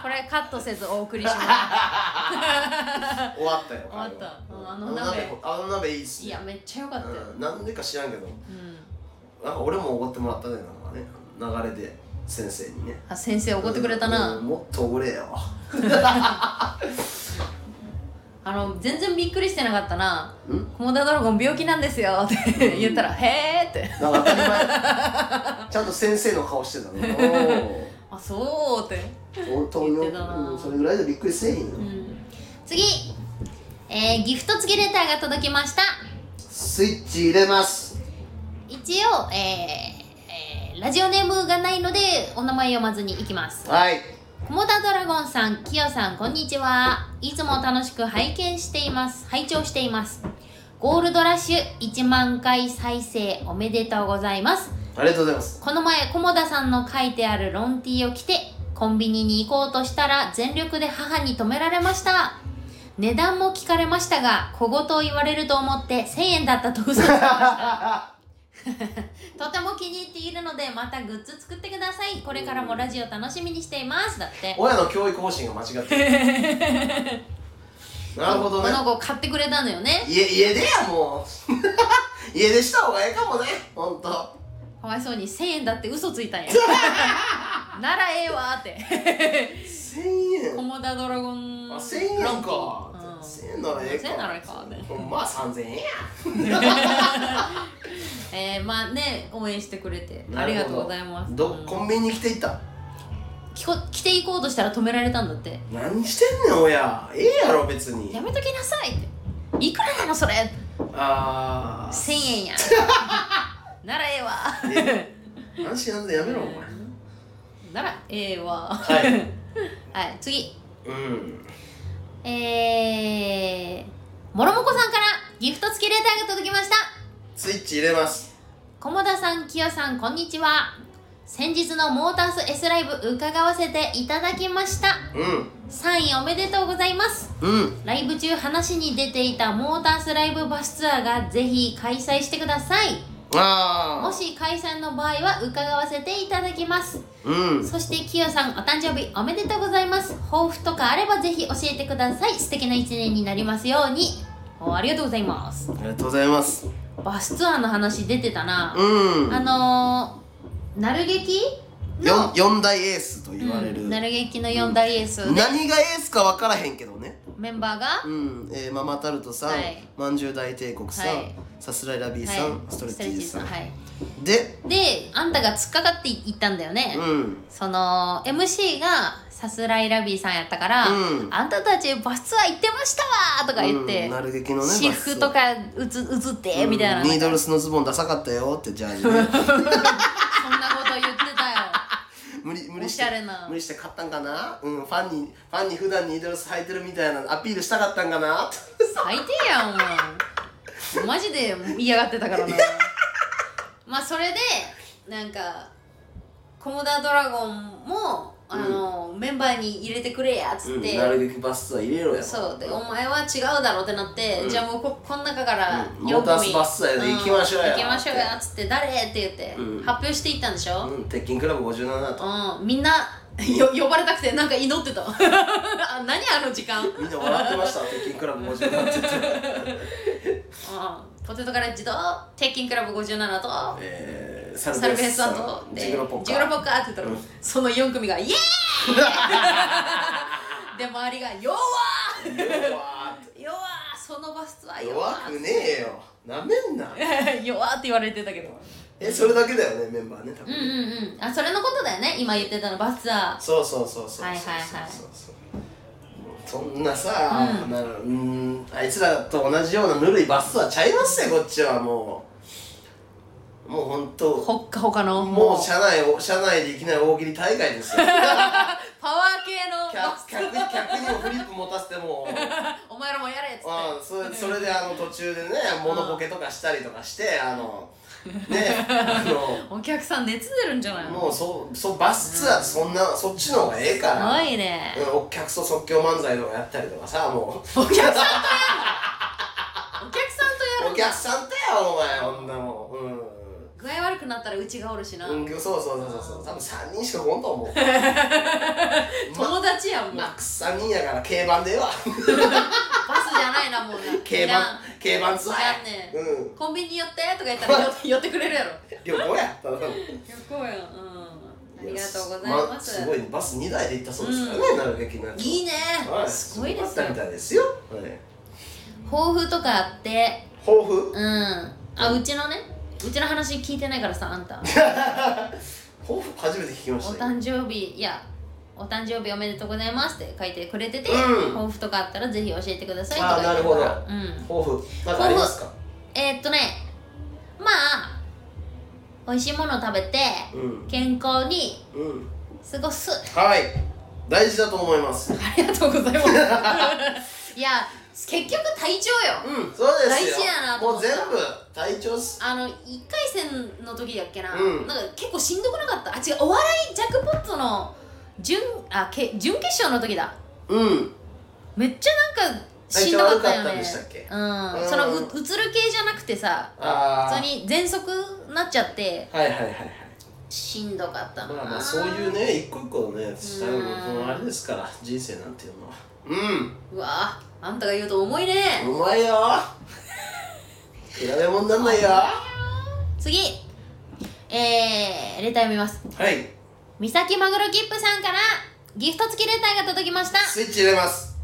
Speaker 1: これカットせずお送りします
Speaker 2: あ終わったよ
Speaker 1: 終わった
Speaker 2: 彼は
Speaker 1: あの鍋
Speaker 2: あの鍋い いっす
Speaker 1: い
Speaker 2: ね
Speaker 1: やめっちゃ良かったよ、
Speaker 2: うんなんでか知らんけど
Speaker 1: うん
Speaker 2: なんか俺もおごってもらったねなんかね流れで先生にね
Speaker 1: あ先生怒ってくれたな、
Speaker 2: うんもっとおごれよ
Speaker 1: あの全然びっくりしてなかったなん「コモダドラゴン病気なんですよ」って言ったら「へえ」って
Speaker 2: なんか当たり 前ちゃんと先生の顔してたね
Speaker 1: 「あそう」って、
Speaker 2: おお本当
Speaker 1: 言ってたな
Speaker 2: よ、うん、それぐらいでびっくりせえへんよ、
Speaker 1: うん、次、えーギフト付きレターが届きました
Speaker 2: スイッチ入れます
Speaker 1: 一応、えーえーラジオネームがないのでお名前読まずにいきます
Speaker 2: はい
Speaker 1: コモダドラゴンさん、キヨさん、こんにちは。いつも楽しく拝見しています。拝聴しています。ゴールドラッシュ1万回再生おめでとうございます。
Speaker 2: ありがとうございます
Speaker 1: この前、コモダさんの書いてあるロンティーを着て、コンビニに行こうとしたら全力で母に止められました。値段も聞かれましたが、小言を言われると思って1000円だったと嘘つきました。 とても気に入っているので、またグッズ作ってください。これからもラジオ楽しみにしています。だって。
Speaker 2: 親の教育方針が間違っ てるなるほどね
Speaker 1: この子買ってくれたのよね
Speaker 2: 家家でやもう 家出した方がええかもねほんと
Speaker 1: かわいそうに1000円だって嘘つい たんやならええわーって
Speaker 2: 1000
Speaker 1: コ
Speaker 2: 円
Speaker 1: モダドラゴン
Speaker 2: あ1000円
Speaker 1: ランキング
Speaker 2: か
Speaker 1: うん
Speaker 2: 1000円ならええか
Speaker 1: 1000円ならええかって
Speaker 2: ほんまあ3000円や
Speaker 1: えー、まあね応援してくれて
Speaker 2: な
Speaker 1: あ
Speaker 2: る
Speaker 1: り
Speaker 2: ほど
Speaker 1: がとうございます
Speaker 2: ど
Speaker 1: うん
Speaker 2: コンビニに来ていった
Speaker 1: 着こ着ていこうとしたら止められたんだって
Speaker 2: 何してんねん親ええやろ別に
Speaker 1: やめときなさいっていくらなのそれ
Speaker 2: あ
Speaker 1: 1000円 やならええわ
Speaker 2: あ何しやんでやめろお前
Speaker 1: ならええわ
Speaker 2: はい
Speaker 1: はい次
Speaker 2: うん
Speaker 1: えー、もろもこさんからギフト付きレターが届きました
Speaker 2: スイッチ入れます
Speaker 1: 菰田さん、きよさん、こんにちは。先日のモータース S ライブ伺わせていただきました。
Speaker 2: うん
Speaker 1: サインおめでとうございます。
Speaker 2: うん
Speaker 1: ライブ中話に出ていたモータースライブバスツアーがぜひ開催してください。も
Speaker 2: ああ
Speaker 1: し解散の場合は伺わせていただきます
Speaker 2: うん
Speaker 1: そしてキヨさんお誕生日おめでとうございます抱負とかあればぜひ教えてください素敵な一年になりますようにおありがとうございます
Speaker 2: ありがとうございます
Speaker 1: バスツアーの話出てたな
Speaker 2: う、ん
Speaker 1: あのー、なる劇
Speaker 2: よ
Speaker 1: の
Speaker 2: ん四大エースと言われる、
Speaker 1: うん、なる劇の4大エースで
Speaker 2: 何がエースか分からへんけどね
Speaker 1: メンバーが
Speaker 2: うん、えー、ママタルトさん、
Speaker 1: はい
Speaker 2: まんじゅう大帝国さん、
Speaker 1: はい
Speaker 2: さすらいラビーさん、
Speaker 1: はい
Speaker 2: ストレッチーズさん、
Speaker 1: はい
Speaker 2: で
Speaker 1: であんたが突っかかっていったんだよね、
Speaker 2: うん
Speaker 1: その MC がさすらいラビーさんやったから「
Speaker 2: うん
Speaker 1: あんたたちバスツアー行ってましたわ!」とか言って、
Speaker 2: うんなる劇のね
Speaker 1: 私服とかうつうつって、みたいな
Speaker 2: うん
Speaker 1: な
Speaker 2: ニー
Speaker 1: ん
Speaker 2: ドル
Speaker 1: か
Speaker 2: スのズボンダサかったよってジャー ジ
Speaker 1: そん
Speaker 2: ね
Speaker 1: なこと言ってたよ
Speaker 2: 無理無理して
Speaker 1: おしゃれな
Speaker 2: 無理して買ったんかなうんファンにファンに普段ニードルス履いてるみたいなアピールしたかったんかな
Speaker 1: 最低やんお前マジで嫌がってたからなまあそれでなんかコモダドラゴンもあの、メンバーに入れてくれやっつって、
Speaker 2: うんなる劇バスツアー入れろや
Speaker 1: そうでお前は違うだろうってなって、
Speaker 2: うん
Speaker 1: じゃあもうここの中から
Speaker 2: うん
Speaker 1: よ
Speaker 2: モータースバスだよね行きましょうや
Speaker 1: 行きましょうやっつって誰って言って、
Speaker 2: うん
Speaker 1: 発表していったんでしょ、
Speaker 2: うん鉄筋クラブ57と
Speaker 1: うんみんなよ呼ばれたくてなんか祈ってた あ何あの時間、うん、
Speaker 2: みんな笑ってました鉄筋クラブ57って言って
Speaker 1: ポテトカレッジと鉄筋クラブ57と
Speaker 2: えーサ
Speaker 1: サルベースアートで
Speaker 2: ジグロポッカー
Speaker 1: ポッカーって言ったら、
Speaker 2: うん
Speaker 1: その4組が「イエ ーイ! 」で周りが「弱ー
Speaker 2: 弱
Speaker 1: 弱ーそのバスは
Speaker 2: ー
Speaker 1: 弱
Speaker 2: 弱
Speaker 1: ー
Speaker 2: くねえよなめんな
Speaker 1: 弱ーって言われてたけど
Speaker 2: えそれだけだよねメンバーね多
Speaker 1: うん
Speaker 2: 分、
Speaker 1: うんうんあそれのことだよね今言ってたのバスツア
Speaker 2: そうそうそうそうそうそうそう、
Speaker 1: はいはいはい
Speaker 2: そんなさ、なるうんあいつらと同じようなぬるいバスはちゃいますよこっちはもうもうほん
Speaker 1: ー
Speaker 2: と
Speaker 1: ほっかほかの
Speaker 2: もう社内を社内でいきなり大喜利大会ですよ
Speaker 1: パワー系のバ
Speaker 2: 客
Speaker 1: ス
Speaker 2: 客に客にもフリップ持たせても
Speaker 1: お前らもやれっつって
Speaker 2: うん、それそれであの途中でねモノボケとかしたりとかしてあのね あの
Speaker 1: お客さん熱出るんじゃないの
Speaker 2: もうそそバスツアーそんなそっちの方がええか
Speaker 1: す
Speaker 2: ら
Speaker 1: ごいね
Speaker 2: うんお客と即興漫才とかやったりとかさもうお
Speaker 1: お客さんとやるんだ
Speaker 2: 客さんとやお前女もううん
Speaker 1: 具合悪くなったらうちがおるしな、
Speaker 2: うん、そうそうそうそうそう多分3人しか来ん と思う
Speaker 1: 友達やもん
Speaker 2: マ
Speaker 1: な
Speaker 2: ックス3人やから競馬でええわ
Speaker 1: バスじゃないなもうな
Speaker 2: 競
Speaker 1: いらん
Speaker 2: 馬競馬ツアーや
Speaker 1: いらんね
Speaker 2: うん
Speaker 1: コンビニ寄ってとか言ったら寄って寄ってくれるやろ
Speaker 2: 旅行やただの
Speaker 1: 行こうようんありがとうござい
Speaker 2: ま
Speaker 1: ます、
Speaker 2: すごいねバス2台で行ったそうですからね、なるべきなやつ
Speaker 1: いいね、
Speaker 2: は
Speaker 1: すごいです
Speaker 2: かっ
Speaker 1: よ
Speaker 2: たみたいですよ、はい、
Speaker 1: 抱負とかあって
Speaker 2: 抱 負
Speaker 1: うんあうちのねうちの話聞いてないからさあん た
Speaker 2: 抱負初めて聞きま
Speaker 1: お
Speaker 2: したよ
Speaker 1: 誕生日いやお誕生日おめでとうございますって書いてくれてて、
Speaker 2: うん
Speaker 1: 抱負とかあったらぜひ教えてくださいと
Speaker 2: あ
Speaker 1: か
Speaker 2: ー
Speaker 1: 言
Speaker 2: な
Speaker 1: って
Speaker 2: るほど
Speaker 1: うん
Speaker 2: 抱負なんかありますか
Speaker 1: えー、っとねまあ美味しいもの食べて
Speaker 2: うん
Speaker 1: 健康に
Speaker 2: うん
Speaker 1: 過ごす
Speaker 2: はい大事だと思います
Speaker 1: ありがとうございますいや結局体調よ
Speaker 2: うんそうです
Speaker 1: 大
Speaker 2: よ
Speaker 1: 事やなと
Speaker 2: も
Speaker 1: 思
Speaker 2: う
Speaker 1: った
Speaker 2: 全部体調っす
Speaker 1: あの1回戦の時だっけな、
Speaker 2: うん
Speaker 1: なんか結構しんどくなかったあ違うお笑いジャックポットの準あけ準決勝の時だ
Speaker 2: うん
Speaker 1: めっちゃなんかし
Speaker 2: 体
Speaker 1: ん
Speaker 2: 調
Speaker 1: どかっ
Speaker 2: 悪
Speaker 1: た
Speaker 2: か
Speaker 1: よ
Speaker 2: ったん
Speaker 1: ね
Speaker 2: でしたっけ
Speaker 1: うん、
Speaker 2: うん
Speaker 1: そのううつる系じゃなくてさ
Speaker 2: あ
Speaker 1: 普
Speaker 2: あ
Speaker 1: 通に喘息なっちゃって
Speaker 2: はいはいはいはい
Speaker 1: しんどかったな
Speaker 2: まあまあそういうね一個一個のね下のそのあれですから人生なんていうのはう
Speaker 1: うわあんたが言うと重いね、
Speaker 2: んうまいよ比べ物になんないよは
Speaker 1: 次えー、レター読みます
Speaker 2: い
Speaker 1: 三崎マグロ切符さんからギフト付きレターが届きました
Speaker 2: スイッチ入れます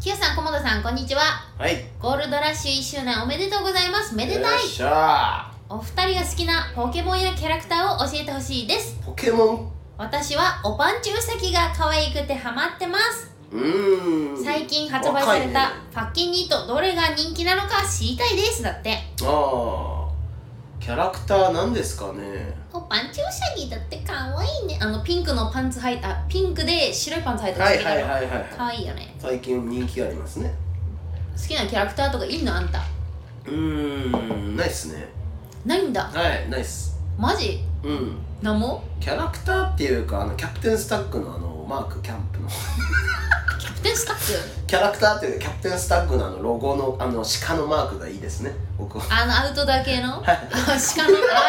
Speaker 1: キヨさん菰田さんこんにちは
Speaker 2: はい
Speaker 1: ゴールドラッシュ1周年おめでとうございますめでたい
Speaker 2: よっしゃ
Speaker 1: お二人が好きなポケモンやキャラクターを教えてほしいです
Speaker 2: ーポケモン
Speaker 1: 私はおぱんちゅうさきが可愛くてハマってます
Speaker 2: うーん
Speaker 1: 最近発売された
Speaker 2: 若いね
Speaker 1: ファッキンニートどれが人気なのか知りたいですだって
Speaker 2: ああキャラクターなんですかね
Speaker 1: おぱんちゅうさぎだって可愛いねあのピンクのパンツ履いたピンクで白いパンツ履いた
Speaker 2: は
Speaker 1: 好
Speaker 2: い
Speaker 1: き
Speaker 2: はい
Speaker 1: なの
Speaker 2: はいはい
Speaker 1: 可愛いよね
Speaker 2: 最近人気がありますね
Speaker 1: 好きなキャラクターとかいいのあんた
Speaker 2: うーんないっすね
Speaker 1: ないんだ
Speaker 2: はいないっす
Speaker 1: マジ
Speaker 2: うん
Speaker 1: なんも
Speaker 2: キャラクターっていうかあのキャプテンスタックのあのマークキャンプの
Speaker 1: キャプテンスタッフ
Speaker 2: キャラクターというよりキャプテンスタッグのあのロゴのあの鹿のマークがいいですね僕は
Speaker 1: あのアウトドア系の、
Speaker 2: はい
Speaker 1: あしかもあれか
Speaker 2: は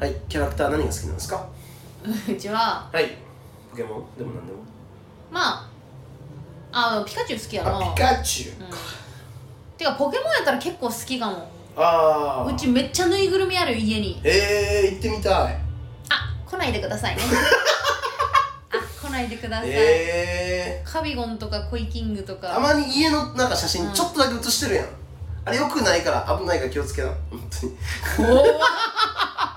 Speaker 2: いはいキャラクター何が好きなんですか
Speaker 1: うちは
Speaker 2: はいポケモンでも何でも
Speaker 1: まああピカチュウ好きやな
Speaker 2: あピカチュ
Speaker 1: う
Speaker 2: ウ、
Speaker 1: んてかポケモンやったら結構好きかも
Speaker 2: ああ
Speaker 1: うちめっちゃぬいぐるみある家に
Speaker 2: えー、行ってみたい
Speaker 1: あ来ないでください ねあ来ないでください、
Speaker 2: え
Speaker 1: カビゴンとかコイキングと
Speaker 2: ー、た
Speaker 1: か
Speaker 2: まに家のなんか写
Speaker 1: う
Speaker 2: 真
Speaker 1: ん
Speaker 2: ちょっとだけ写してるやん、あれよくないから危ないから気をつけな本当に
Speaker 1: 怖っ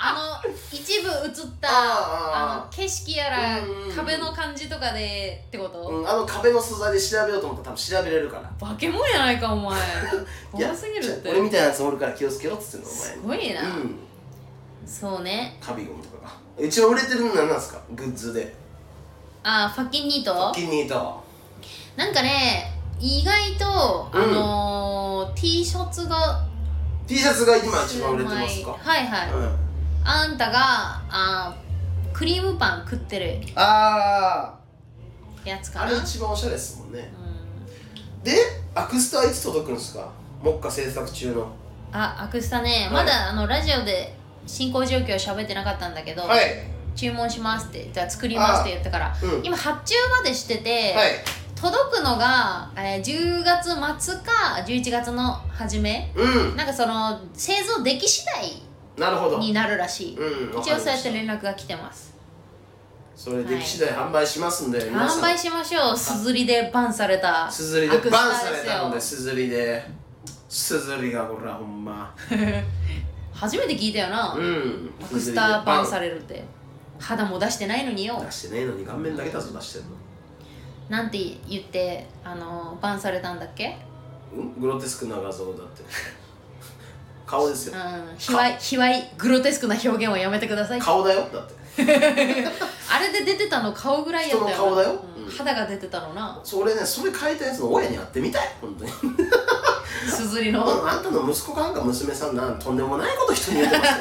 Speaker 1: あの一部映った
Speaker 2: あー
Speaker 1: あの景色やら
Speaker 2: うん
Speaker 1: 壁の感じとかでってこと、
Speaker 2: うん、あの壁の素材で調べようと思ったら多分調べれるから
Speaker 1: 化け物やないかお前
Speaker 2: いや
Speaker 1: 怖すぎるって
Speaker 2: じゃあ俺みたいなやつおるから気をつけろっつってんの
Speaker 1: す
Speaker 2: お
Speaker 1: ごい
Speaker 2: 前
Speaker 1: な、
Speaker 2: うん
Speaker 1: そうね
Speaker 2: カビゴムとかが一応売れてるの何なんですかグッズで
Speaker 1: あーファッキンニート
Speaker 2: 気に入った
Speaker 1: なんかね意外と、
Speaker 2: うん
Speaker 1: あのー、T シャツが
Speaker 2: T シャツが今一番売れてますか
Speaker 1: はいはい、
Speaker 2: うん
Speaker 1: あんたがあークリームパン食ってる
Speaker 2: あ
Speaker 1: やつ
Speaker 2: あ
Speaker 1: か
Speaker 2: あ
Speaker 1: な
Speaker 2: れ一番おしゃれですもんね
Speaker 1: うん
Speaker 2: でアクスタはいつ届くんですか目下制作中の
Speaker 1: あアクスタね、
Speaker 2: は
Speaker 1: ま
Speaker 2: い
Speaker 1: だあのラジオで進行状況喋ってなかったんだけど、
Speaker 2: い
Speaker 1: 注文しますってじゃあ作りますって言ったから
Speaker 2: うんはい
Speaker 1: 今発注までしてて、届くのが、えー10月末か11月の初め
Speaker 2: うん
Speaker 1: なんかその製造でき次
Speaker 2: なるほど
Speaker 1: 第になるらしい、
Speaker 2: うんわ
Speaker 1: 一
Speaker 2: か
Speaker 1: 応
Speaker 2: り
Speaker 1: そう
Speaker 2: ま
Speaker 1: やっ
Speaker 2: してた
Speaker 1: 連絡が来てます
Speaker 2: それでき次第販売しますんで皆さ
Speaker 1: 販
Speaker 2: ん
Speaker 1: 売しましょうすずりでバンされた
Speaker 2: すずりで
Speaker 1: アクスタ
Speaker 2: バンされたのです
Speaker 1: よ
Speaker 2: すずりですずりがこれはほんま
Speaker 1: 初めて聞いたよな、
Speaker 2: うん
Speaker 1: アクスタバンさ
Speaker 2: れ
Speaker 1: れるって肌も出してないのによ
Speaker 2: 出してねえのに顔面だけ出す出してんの
Speaker 1: なんて言ってあのバンされたんだっけ
Speaker 2: うんグロテスクな画像だって顔です
Speaker 1: う
Speaker 2: よ
Speaker 1: ん卑猥卑猥グロテスクな表現はやめてください
Speaker 2: 顔だよだって
Speaker 1: あれで出てたの顔ぐらいやったよな
Speaker 2: 人の顔だよ
Speaker 1: うん
Speaker 2: うん
Speaker 1: 肌が出てたのな
Speaker 2: それねそれ書いたやつの親に会ってみたい 本当に
Speaker 1: すずり
Speaker 2: あ
Speaker 1: の
Speaker 2: あんたの息子かなんか娘さんなんとんでもないこと人に言ってますよ、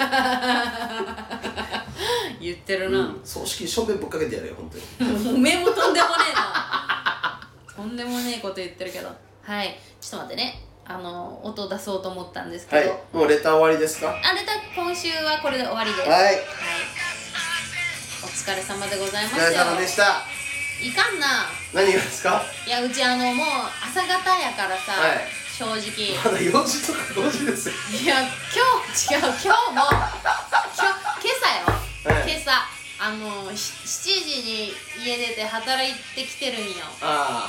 Speaker 1: 言ってる
Speaker 2: う
Speaker 1: な、
Speaker 2: ん、葬式にしょんべんぶっかけてやるよ本当に
Speaker 1: おめえもとんでもねえなとんでもねえこと言ってるけどはいちょっと待ってねあの音出そうと思ったんですけ
Speaker 2: は
Speaker 1: ど、
Speaker 2: いもうレター終わりですか
Speaker 1: あれだ今週はこれで終わりです、
Speaker 2: はい
Speaker 1: お疲れ様でございま
Speaker 2: お疲れ
Speaker 1: し
Speaker 2: 様
Speaker 1: た
Speaker 2: で
Speaker 1: よ
Speaker 2: した
Speaker 1: いかんな
Speaker 2: 何がですか
Speaker 1: いやうちあのもう朝方やからさ、
Speaker 2: はい
Speaker 1: 正直
Speaker 2: まだ4時とか5時ですよ
Speaker 1: いや今日違う今日も今日今朝よ、
Speaker 2: はい
Speaker 1: 今朝あのし7時に家出て働いてきてるんよ
Speaker 2: あ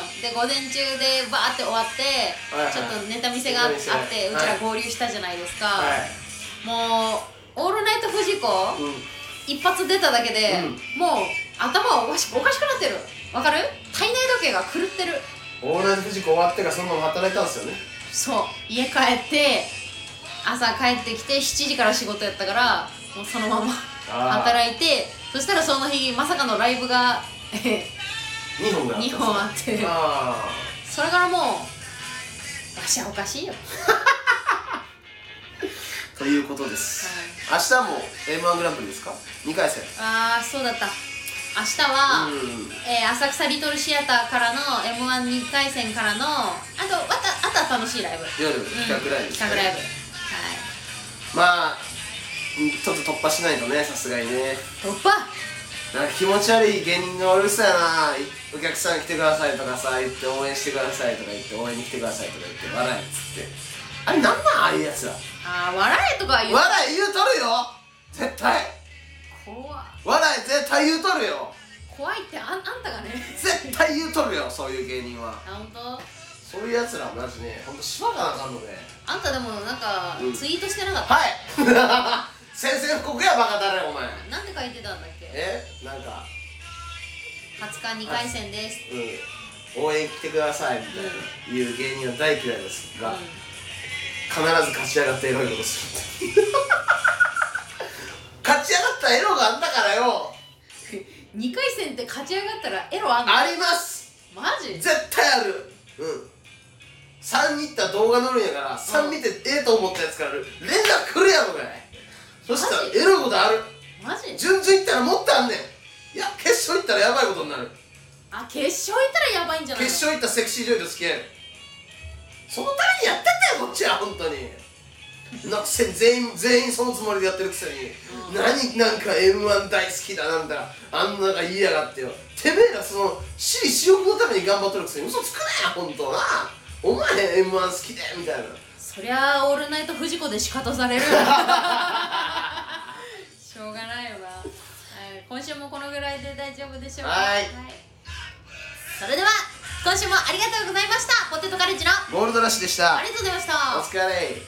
Speaker 1: うんうん、で午前中でバーって終わって、
Speaker 2: はいはい
Speaker 1: ちょっとネタ見せがあっ
Speaker 2: ネタ見
Speaker 1: て、
Speaker 2: せはい
Speaker 1: ち
Speaker 2: う
Speaker 1: ら合流したじゃないですか、
Speaker 2: はい
Speaker 1: もう「オールナイトフジコ」
Speaker 2: うん
Speaker 1: 一発出ただけで、もう頭おかしおかしくなってるわかる体内時計が狂ってる
Speaker 2: オールナイトフジコ終わってからそのまま働いたんですよね
Speaker 1: そう家帰って朝帰ってきて7時から仕事やったからもうそのまま
Speaker 2: ああ
Speaker 1: 働いてそしたらその日まさかのライブが
Speaker 2: 2本ぐらい
Speaker 1: 2本あって
Speaker 2: あ
Speaker 1: それからもうわしはおかしいよ
Speaker 2: あということです、明日も m 1グランプリですか2回戦
Speaker 1: ああそうだった明日は、
Speaker 2: うん
Speaker 1: えー浅草リトルシアターからの m 1 2回戦からのあとわたあとは楽しいライブ
Speaker 2: 夜
Speaker 1: うん
Speaker 2: 企画ライブですね
Speaker 1: 企画ライブはい
Speaker 2: まあうんちょっと突破しないとねさすがにね
Speaker 1: 突破
Speaker 2: なんか気持ち悪い芸人がおるさやないお客さん来てくださいとかさ言って応援してくださいとか言って応援に来てくださいとか言って笑えっつってあれなんなんああいうやつら
Speaker 1: あー笑えとかは言う
Speaker 2: 笑え言うとるよ絶対
Speaker 1: 怖
Speaker 2: 笑え絶対言うとるよ
Speaker 1: 怖いってあんあんたがね
Speaker 2: 絶対言うとるよそういう芸人は
Speaker 1: あ本当
Speaker 2: そういうやつらマジねほんとしばかなあかんので
Speaker 1: あんたでもなんか
Speaker 2: うん
Speaker 1: ツイートしてなかった、
Speaker 2: はい 宣戦布告やバカだねお前
Speaker 1: なんて書いてたんだっけ
Speaker 2: えなんか
Speaker 1: 20日2回戦です
Speaker 2: うん、応援来てくださいみたいな、いう芸人は大嫌いです
Speaker 1: うん
Speaker 2: が、必ず勝ち上がってエロいことするって勝ち上がったエロがあんだからよ
Speaker 1: 2回戦って勝ち上がったらエロあんの
Speaker 2: あります
Speaker 1: マジ
Speaker 2: 絶対あるうん3に行ったら動画乗るんやから3見てええと思ったやつから連絡来るやろがいそしたら
Speaker 1: マジ
Speaker 2: エロいことある
Speaker 1: マジ
Speaker 2: 順々行ったらもっとあんねんいや決勝行ったらやばいことになる
Speaker 1: あ決勝行ったらやばいんじゃない
Speaker 2: 決勝行ったらセクシー女優と付き合えるそのためにやってたよこっちは本当になんかせ全員全員そのつもりでやってるくせに、
Speaker 1: うん
Speaker 2: 何なんか m 1大好きだなんだあんなが言いやがってよてめえらその私利私欲のために頑張ってるくせに嘘つくなよ本当なお前 m 1好きでみたいな
Speaker 1: そりゃあオールナイトフジコで仕方される しょうがないよな、はい、今週もこのぐらいで大丈夫でしょうか
Speaker 2: はい
Speaker 1: それでは今週もありがとうございましたポテトカレッジの
Speaker 2: ゴールドラッシュでした
Speaker 1: ありがとうございました
Speaker 2: お疲れ